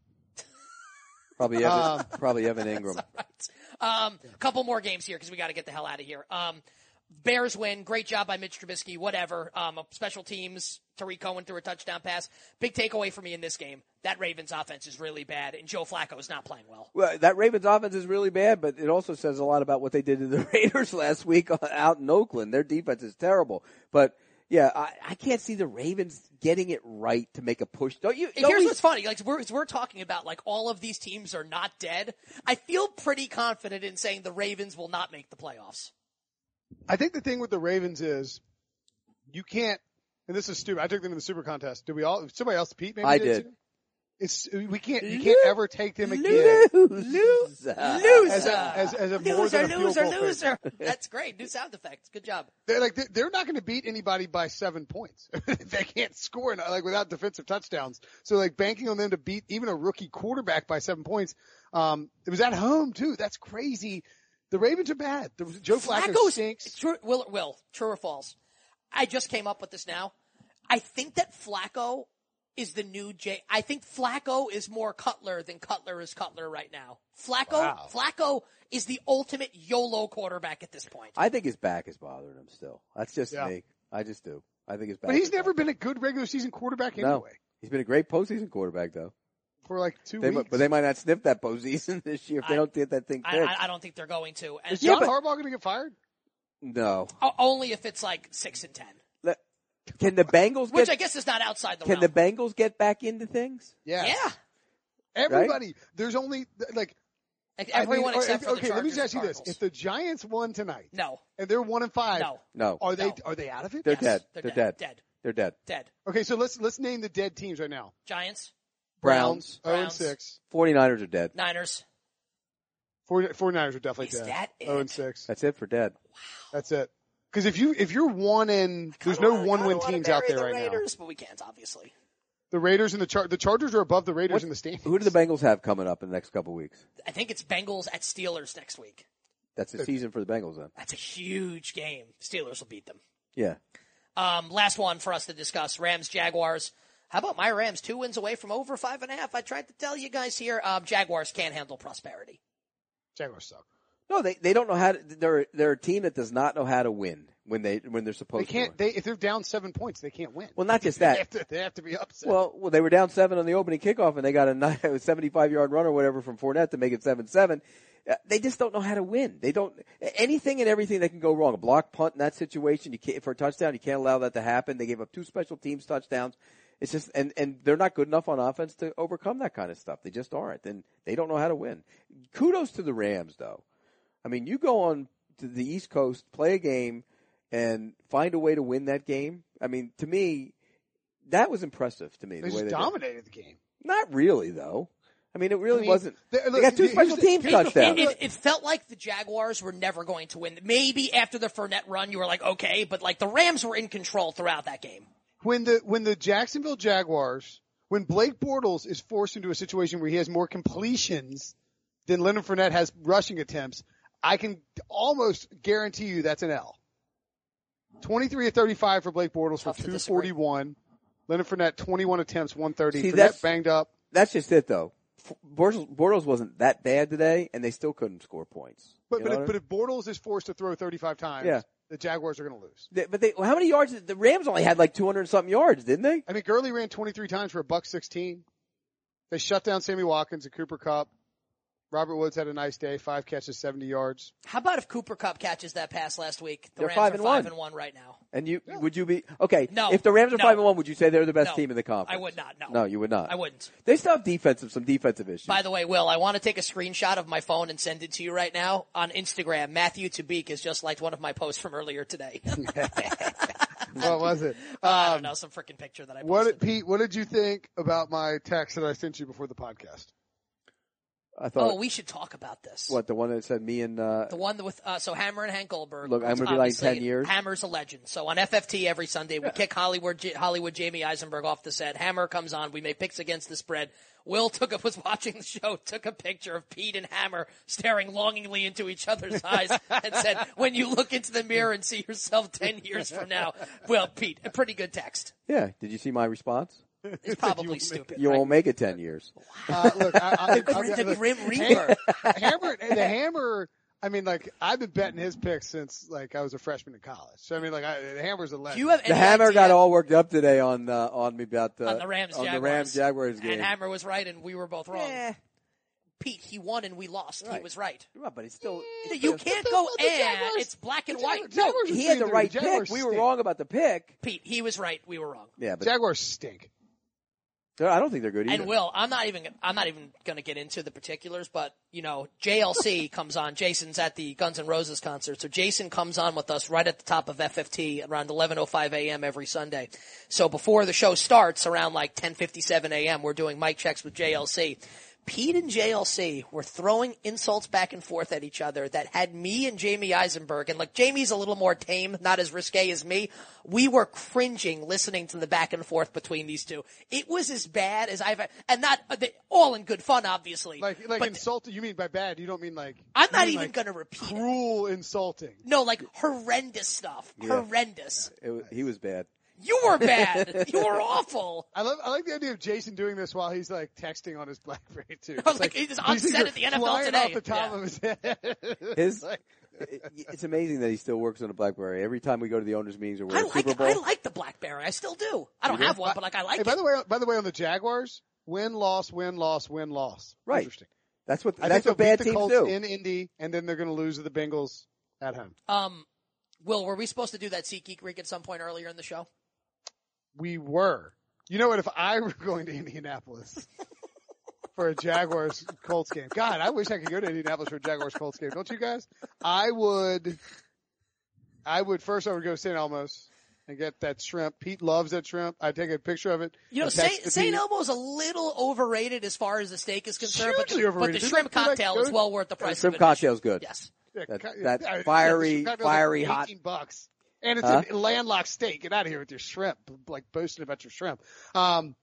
probably Evan, uh, probably Evan Ingram. Right. Um, couple more games here because we got to get the hell out of here. Um, Bears win. Great job by Mitch Trubisky. Whatever. Um, special teams. Tariq Cohen threw a touchdown pass. Big takeaway for me in this game. That Ravens offense is really bad, and Joe Flacco is not playing well. Well, that Ravens offense is really bad, but it also says a lot about what they did to the Raiders last week out in Oakland. Their defense is terrible, but yeah, I, I can't see the Ravens getting it right to make a push. Don't you? And don't here's we- what's funny. Like we're, as we're talking about, like all of these teams are not dead. I feel pretty confident in saying the Ravens will not make the playoffs. I think the thing with the Ravens is you can't, and this is stupid. I took them in the super contest. Did we all, somebody else, Pete maybe I did. did. too? It's, we can't, you can't ever take them again lose, lose, Loser, as a, as, as a more loser, than a field loser, goal favorite. loser. That's great. New sound effects. Good job. They're like, they're- they're not going to beat anybody by seven points. they can't score in- like without defensive touchdowns. So like banking on them to beat even a rookie quarterback by seven points. Um, it was at home too. That's crazy. The Ravens are bad. The, Joe Flacco Flacco's- stinks. True, will, will, true or false? I just came up with this now. I think that Flacco is the new J. I think Flacco is more Cutler than Cutler is Cutler right now. Flacco, Wow. Flacco is the ultimate YOLO quarterback at this point. I think his back is bothering him still. That's just Yeah. me. I just do. I think his back. But he's is never bothering been a good regular season quarterback him. anyway. No, he's been a great postseason quarterback though. For like two They, mi- weeks. but they might not sniff that postseason this year if they I- don't get that thing I, fixed. I, I don't think they're going to. And is John but- Harbaugh going to get fired? no. o- only if it's like six and ten, Let- Can the Bengals which get? I guess is not outside the can realm. the Bengals get back into things? Yeah. yeah, Everybody. There's only like like I mean, everyone or- except for the okay. Let me Chargers just ask you and this: If Cardinals. the Giants won tonight no, and they're one and five, no, No, are they No. are they out of it? they're Yes, dead. they're Oh, dead. They're, dead. Dead. They're dead. dead Okay, so let's let's name the dead teams right now. Giants, Browns, uh, Oh and Browns. six. 49ers are dead. Niners. 40, 49ers are definitely Is dead. that it? Oh and six. That's it for dead. That's it. Because if you if you're one in, there's no one win teams out there right now. now. But we can't, obviously. The Raiders and the Char- the Chargers are above the Raiders in the standings. Who do the Bengals have coming up in the next couple weeks? I think it's Bengals at Steelers next week. That's the season for the Bengals then. That's a huge game. Steelers will beat them. Yeah. Um, last one for us to discuss: Rams Jaguars. How about my Rams? Two wins away from over five and a half. I tried to tell you guys here. Um, Jaguars can't handle prosperity. Jaguars suck. No, they, they don't know how to, they're, they're a team that does not know how to win when they, when they're They supposed can't. to. win. They if they're down seven points, they can't win. well, not just they that. have to, they have to be upset. Well, well, they were down seven on the opening kickoff and they got a ni- a 75 yard run or whatever from Fournette to make it 7-7. Uh, They just don't know how to win. They don't, anything and everything that can go wrong. A block punt in that situation, you can't, for a touchdown, you can't allow that to happen. They gave up two special teams touchdowns. It's just, and, and they're not good enough on offense to overcome that kind of stuff. They just aren't. And they don't know how to win. Kudos to the Rams though. I mean, you go on to the East Coast, play a game, and find a way to win that game. I mean, to me, that was impressive to me. they the way just they did. dominated the game. Not really, though. I mean, it really I mean, wasn't. they- They, look, got two here's special the- teams here's the It, touchdowns. it, it felt like the Jaguars were never going to win. Maybe after the Fournette run, you were like, okay, but like the Rams were in control throughout that game. when the when the Jacksonville Jaguars, when Blake Bortles is forced into a situation where he has more completions than Leonard Fournette has rushing attempts, I can almost guarantee you that's an L. Twenty three to thirty five for Blake Bortles Tough for to two disagree. forty one. Leonard Fournette twenty one attempts, one thirty. See, Fournette that's- banged up. That's just it, though. F- Bortles, Bortles wasn't that bad today, and they still couldn't score points. But You but know if, what but if Bortles is forced to throw thirty five times, Yeah. the Jaguars are going to lose. I mean? They- but they, well, how many yards? did- The Rams only had like 200 and something yards, didn't they? I mean, Gurley ran 23 times for a buck 16. They shut down Sammy Watkins and Cooper Cup. Robert Woods had a nice day, five catches, 70 yards. How about if Cooper Cup catches that pass last week? The They're Rams five are and five one. and one right now. And you, would you be, okay, No. if the Rams are No. 5 and 1, would you say they're the best No. team in the conference? I would not, no. No, you would not. I wouldn't. They still have defensive, some defensive issues. By the way, Will, I want to take a screenshot of my phone and send it to you right now on Instagram. Matthew Tabik has just liked one of my posts from earlier today. What was it? I don't know, some freaking picture that I posted. Uh, What did, Pete, what did you think about my text that I sent you before the podcast? I thought, oh, we should talk about this. what, the one that said me and, uh, The one with uh, so Hammer and Hank Goldberg. Look, I'm who's gonna be like obviously- 10 years. Hammer's a legend. So on FFT every Sunday, we kick Hollywood J- Hollywood Jamie Eisenberg off the set. Hammer comes on. We make picks against the spread. Will took up was watching the show, took a picture of Pete and Hammer staring longingly into each other's eyes, and said, "When you look into the mirror and see yourself ten years from now, well, Pete, a pretty good text. yeah, did you see my response? It's probably stupid. You won't make it 10 years. Uh, look, I, I, I, The look, Grim Reaper. hammer, the hammer, I mean, like I've been betting his picks since like I was a freshman in college. So I mean, like I, the hammer's a legend. Do you have The any hammer idea got all worked up today on uh, on me about uh, on the Rams on Jaguars? the Rams Jaguars game. And Hammer was right, and we were both wrong. Eh, Pete, he won and we lost. He Right. was right. you're right, but it's still You can't the- go but the eh. Jaguars- It's black and the white. Jaguars- No, Jaguars are he had the three-three. right pick. Jaguars We were stink. wrong about the pick. Pete, he was right. We were wrong. Yeah, but Jaguars stink. they're- I don't think they're good either. And Will, I'm not even I'm not even going to get into the particulars, but you know, JLC comes on. Jason's at the Guns N' Roses concert, so Jason comes on with us right at the top of FFT around 11:05 a.m. every Sunday. So before the show starts, around like 10:57 a.m., we're doing mic checks with JLC. Pete and JLC were throwing insults back and forth at each other that had me and Jamie Eisenberg, and like Jamie's a little more tame, not as risque as me. We were cringing listening to the back and forth between these two. It was as bad as I've, and not uh, they, all in good fun, obviously. Like like but insulting. You mean by bad? You don't mean like I'm you not mean, even like, gonna repeat it. cruel insulting. No, like horrendous stuff. Horrendous. It wa- he was bad. You were bad. you were awful. I love I like the idea of Jason doing this while he's like texting on his BlackBerry too. was like, he's on these things set are at the NFL flying today. off the top Yeah. of his head. His, Like- it- it's amazing that he still works on a BlackBerry. Every time we go to the owners' meetings or we're I at Super like Bowl, I like the BlackBerry. I still do. I don't have one, but like I like Hey, it. by the way, by the way, on the Jaguars, win loss, win loss, win loss. Right. Interesting. that's what I that's think what they'll bad beat the teams Colts do. in Indy, and then they're going to lose to the Bengals at home. Um, Will, were we supposed to do that SeatGeek rig at some point earlier in the show? We were. You know what? If I were going to Indianapolis for a Jaguars Colts game, God, I wish I could go to Indianapolis for a Jaguars Colts game. Don't you guys? I would. I would first. I would go to St. Elmo's and get that shrimp. Pete loves that shrimp. I take a picture of it. You know, and text St. to St. Pete. Elmo's a little overrated as far as the steak is concerned, but Hugely the, but overrated. the Dude, shrimp they're like cocktail is good. well worth the price. Shrimp of admission. cocktail's good. Yes. Yeah, That- co- that yeah, the fiery- shrimp cocktail's fiery like hot- 18 bucks. And it's a landlocked steak. Get out of here with your shrimp, like boasting about your shrimp. Um,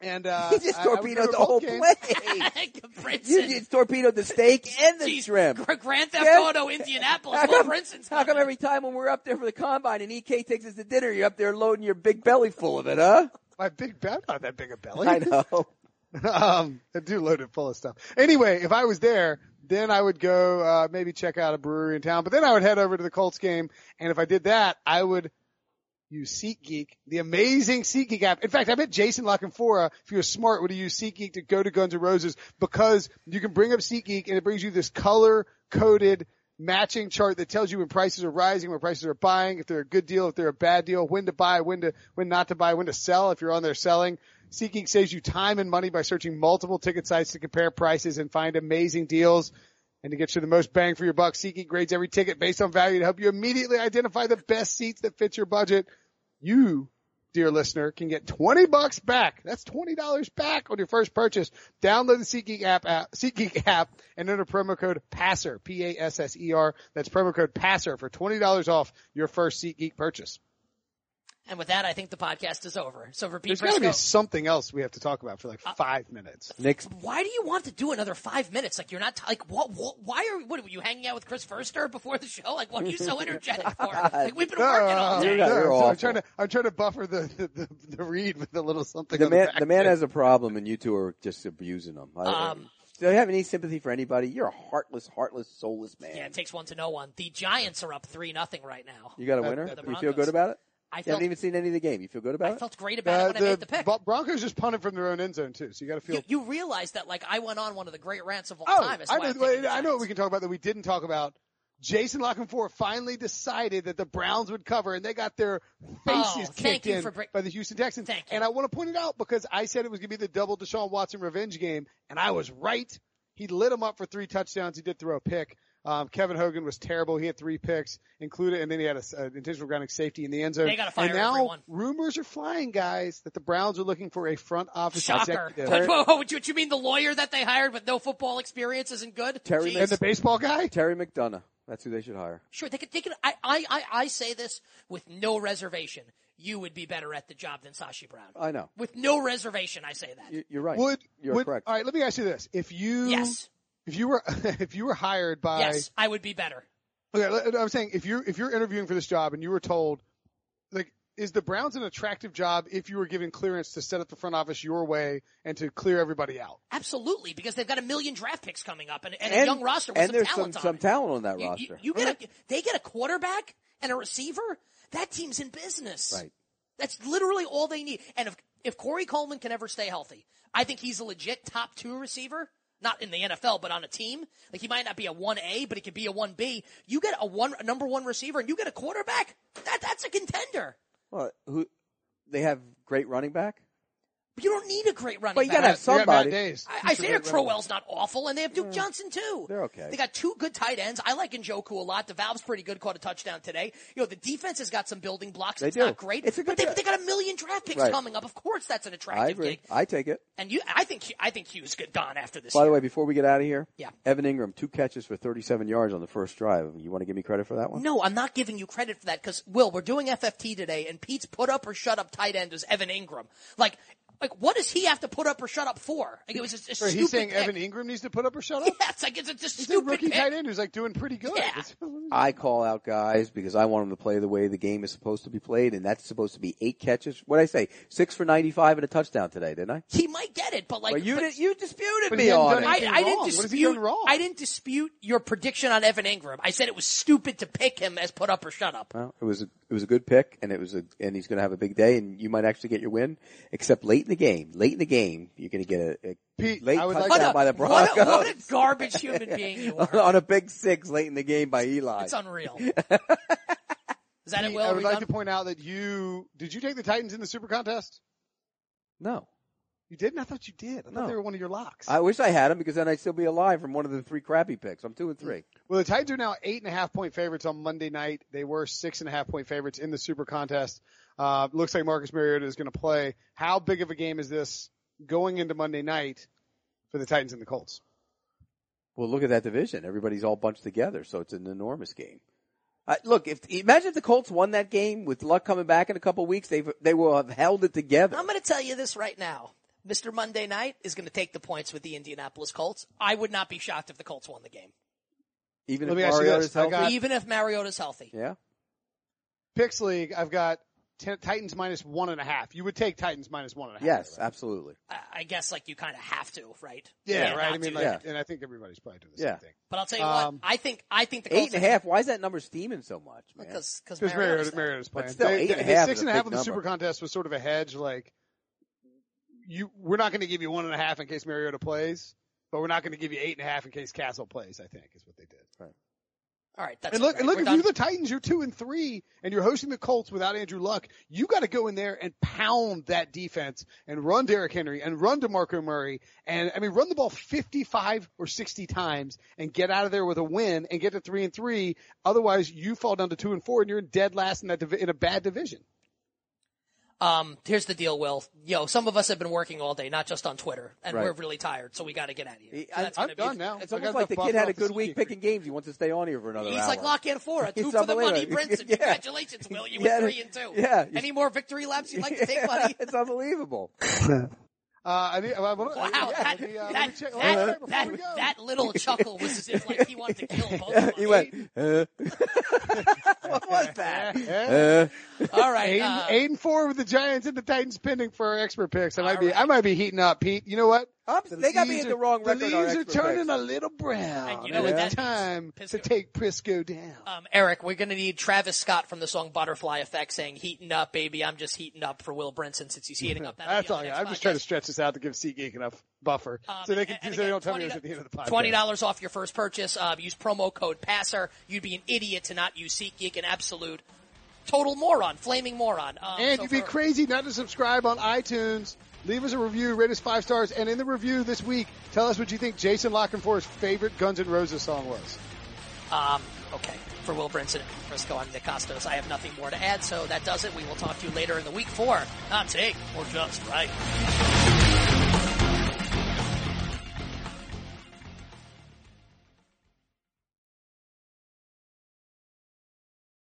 and, uh, He just I- I would go torpedoed to the both whole games. play. you Brinson. just torpedoed the steak and the Jeez, shrimp. Gr- Grand Theft Yeah. Auto, Indianapolis. How Will come, Brinson's how come coming. every time when we're up there for the combine and EK takes us to dinner, you're up there loading your big belly full of it, huh? My big belly, not that big a belly. I know. um, I do load it full of stuff. Anyway, if I was there, then I would go, uh, maybe check out a brewery in town, but then I would head over to the Colts game. And if I did that, I would use SeatGeek, the amazing SeatGeek app. In fact, I bet Jason Lockenfora, if you were smart, would have used SeatGeek to go to Guns N' Roses because you can bring up SeatGeek and it brings you this color coded matching chart that tells you when prices are rising, when prices are buying, if they're a good deal, if they're a bad deal, when to buy, when to, when not to buy, when to sell, if you're on there selling. SeatGeek saves you time and money by searching multiple ticket sites to compare prices and find amazing deals. And to get you the most bang for your buck, SeatGeek grades every ticket based on value to help you immediately identify the best seats that fit your budget. You, dear listener, can get 20 bucks back. That's $20 back on your first purchase. Download the SeatGeek app, app SeatGeek app and enter promo code PASSER, P-A-S-S-E-R. E That's promo code PASSER for $20 off your first SeatGeek purchase. And with that, I think the podcast is over. So for Pete There's gotta be Briscoe, something else we have to talk about for like five minutes. Nick's why do you want to do another five minutes? Like you're not t- like what, what? Why are what were you hanging out with Chris Furster before the show? Like what are you so energetic for? Like we've been working all You're day. not- No, you're I'm, awful. trying to I'm trying to buffer the the, the, the read with a little something. the on the man. back The man there. has a problem, and you two are just abusing him. I, Um, do you have any sympathy for anybody? You're a heartless, heartless, soulless man. Yeah, it takes one to know one. The Giants are up three nothing right now. you got a That- winner. that- The you feel Broncos. good about it? I You felt haven't even seen any of the game. You feel good about I it? felt great about Uh, it when I made the pick. Bro- Broncos just punted from their own end zone too, so you got to feel. you, you realize that like I went on one of the great rants of all oh, time. As why I know. I'm taking wait, the I know what Giants. we can talk about that we didn't talk about. Jason Lockenfor finally decided that the Browns would cover, and they got their Oh, faces thank kicked you in for bring- by the Houston Texans. Thank you. And I want to point it out because I said it was going to be the double Deshaun Watson revenge game, and I was right. He lit him up for three touchdowns. He did throw a pick. Um, Kevin Hogan was terrible. He had three picks included, and then he had a s- an intentional grounding safety in the end zone. They gotta fire and now everyone. rumors are flying, guys, that the Browns are looking for a front office Shocker. executive. Wait, whoa, whoa, what you, what you mean the lawyer that they hired with no football experience isn't good? Terry Jeez. And the baseball guy? Terry McDonough. That's who they should hire. Sure, they could, they could, I, I, I, I say this with no reservation. You would be better at the job than Sashi Brown. I know. With no reservation, I say that. Uh, You- You're right. Would You're would, correct. All right, let me ask you this: If you yes. if you were if you were hired by Yes, I would be better. okay, I'm saying if you are if you're interviewing for this job and you were told like is the Browns an attractive job if you were given clearance to set up the front office your way and to clear everybody out? Absolutely, because they've got a million draft picks coming up and, and, a And- young roster with and some there's talent some, on some it. talent on that You- roster. You, you get a, they get a quarterback and a receiver. That team's in business. Right. That's literally all they need. And if if Corey Coleman can ever stay healthy, I think he's a legit top two receiver. Not in the NFL, but on a team. Like he might not be a one A, but he could be a one B. You get a one a number one receiver, and you get a quarterback. That that's a contender. Well, who they have great running back, But you don't need a great running but you back. gotta have They got Matt somebody. Days. I, Isaiah Crowell's not awful, and they have Duke Johnson too. they're okay. They got two good tight ends. I like Njoku a lot. The valve's pretty good. Caught a touchdown today. You know, the defense has got some building blocks. They it's do. not great. It's a but good they, de- they got a million draft picks Right. coming up. Of course, that's an I attractive agree. gig. I take it. And you, I think, I think Hughes could gone after this. By the year. way, before we get out of here, Yeah. Evan Ingram two catches for 37 yards on the first drive. You want to give me credit for that one? No, I'm not giving you credit for that because Will, we're doing FFT today, and Pete's put up or shut up tight end was Evan Ingram. Like, like what does he have to put up or shut up for? Like it was just a Or stupid. he's saying pick. Evan Ingram needs to put up or shut E- up? Yes, like it's a just He's a stupid rookie pick. tight end who's like doing pretty good. Yeah. I call out guys because I want them to play the way the game is supposed to be played, and that's supposed to be eight catches. What would I say? Six for 95 and a touchdown today, didn't I? He might get it, but like Well, you but- did, you disputed But me he hadn't on done it. anything. I, I wrong? didn't What has he dispute. done wrong? I didn't dispute your prediction on Evan Ingram. I said it was stupid to pick him as put up or shut up. Well, it was a, it was a good pick, and it was a, and he's going to have a big day, and you might actually get your win. Except late in the game, late in the game, you're going to get a, a Pete, late I would like touchdown What a, down by the what, Broncos a, what a garbage human being you are. on a big six late in the game by Eli. It's unreal. Is that it, Will? I Are would we like done? to point out that you did you take the Titans in the Super Contest? no, You didn't? I thought you did. I thought No. they were one of your locks. I wish I had him because then I'd still be alive from one of the three crappy picks. I'm two and three. Well, the Titans are now eight and a half point favorites on Monday night. They were six and a half point favorites in the Super Contest. Uh, looks like Marcus Mariota is going to play. How big of a game is this going into Monday night for the Titans and the Colts? Well, look at that division. Everybody's all bunched together, so it's an enormous game. Uh, look, if imagine if the Colts won that game with luck coming back in a couple weeks, they they will have held it together. Um, I'm going to tell you this right now. Mr. Monday Night is going to take the points with the Indianapolis Colts. I would not be shocked if the Colts won the game, Even Let if me ask you Mariota's this. I healthy. got- even if Mariota's healthy. yeah. Picks League, I've got ten, Titans minus one and a half. You would take Titans minus one and a half. Yes, absolutely. I- I guess like you kind of have to, right? Yeah, You right. have I mean, to. like, yeah. and I think everybody's probably doing the Yeah. same thing. but I'll tell you Um, what. I think I think the Colts Eight and a half. Why is that number steaming so much, man? because because Because Mariota's Mariota's, there. Mariota's playing. still, They- eight and a the half is six and a a half big of the number. Super Contest was sort of a hedge. Like, you, we're not going to give you one and a half in case Mariota plays, but we're not going to give you eight and a half in case Castle plays. I think is what they did. All right, that's And it, look, right? and look, We're if done. you're the Titans, you're two and three, and you're hosting the Colts without Andrew Luck. You got to go in there and pound that defense and run Derrick Henry and run DeMarco Murray and I mean run the ball 55 or 60 times and get out of there with a win and get to three and three. Otherwise, you fall down to two and four and you're in dead last in that divi- in a bad division. Um, here's the deal, Will. Yo, some of us have been working all day, not just on Twitter, and Right. we're really tired, so we got to get out of here. So I- that's I'm gonna be- done now. It's I got almost like the the kid had a off the good week speaker. picking games. He wants to stay on here for another He's hour. like lock in four, a two It's for the money, unbelievable. Brinson. Yeah. Congratulations, Will. You Yeah. went three and two. Yeah. Any more victory laps you'd like to take, buddy? it's unbelievable. Uh, I need, I wanna, Wow, yeah, that, let me, uh, let me that, check- that, let me check before we that, go. that little chuckle was as if like he wanted to kill both of us. He went. Huh? what was that? Yeah. Huh? All right. Eight, uh, eight and four with the Giants and the Titans pending for our expert picks. I might All be, right. I might be heating up, Pete. You know what? I'm- they got me leaves at are- the wrong record. The on leaves are expert turning picks. a little brown. And you know and what it's that- time Pisco. to take Prisco down. um, Eric, we're going to need Travis Scott from the song Butterfly Effect saying, heating up, baby. I'm just heating up for Will Brinson since he's heating up. That'll be That's on all. the Yeah. next I'm just trying podcast. to stretch this out to give SeatGeek enough buffer Um, so they and- can, and so they again, don't tell me this 20 at the end of the podcast. Twenty dollars off your first purchase. Uh, use promo code Passer. You'd be an idiot to not use SeatGeek. An absolute total moron, flaming moron. Um, And so you'd be for- crazy not to subscribe on iTunes. Leave us a review, rate us five stars, and in the review this week, tell us what you think Jason Lockenfor's favorite Guns N' Roses song was. Um, okay, for Will Brinson and Frisco, I'm Nick Costos. I have nothing more to add, so that does it. We will talk to you later in the week for not take or just right. The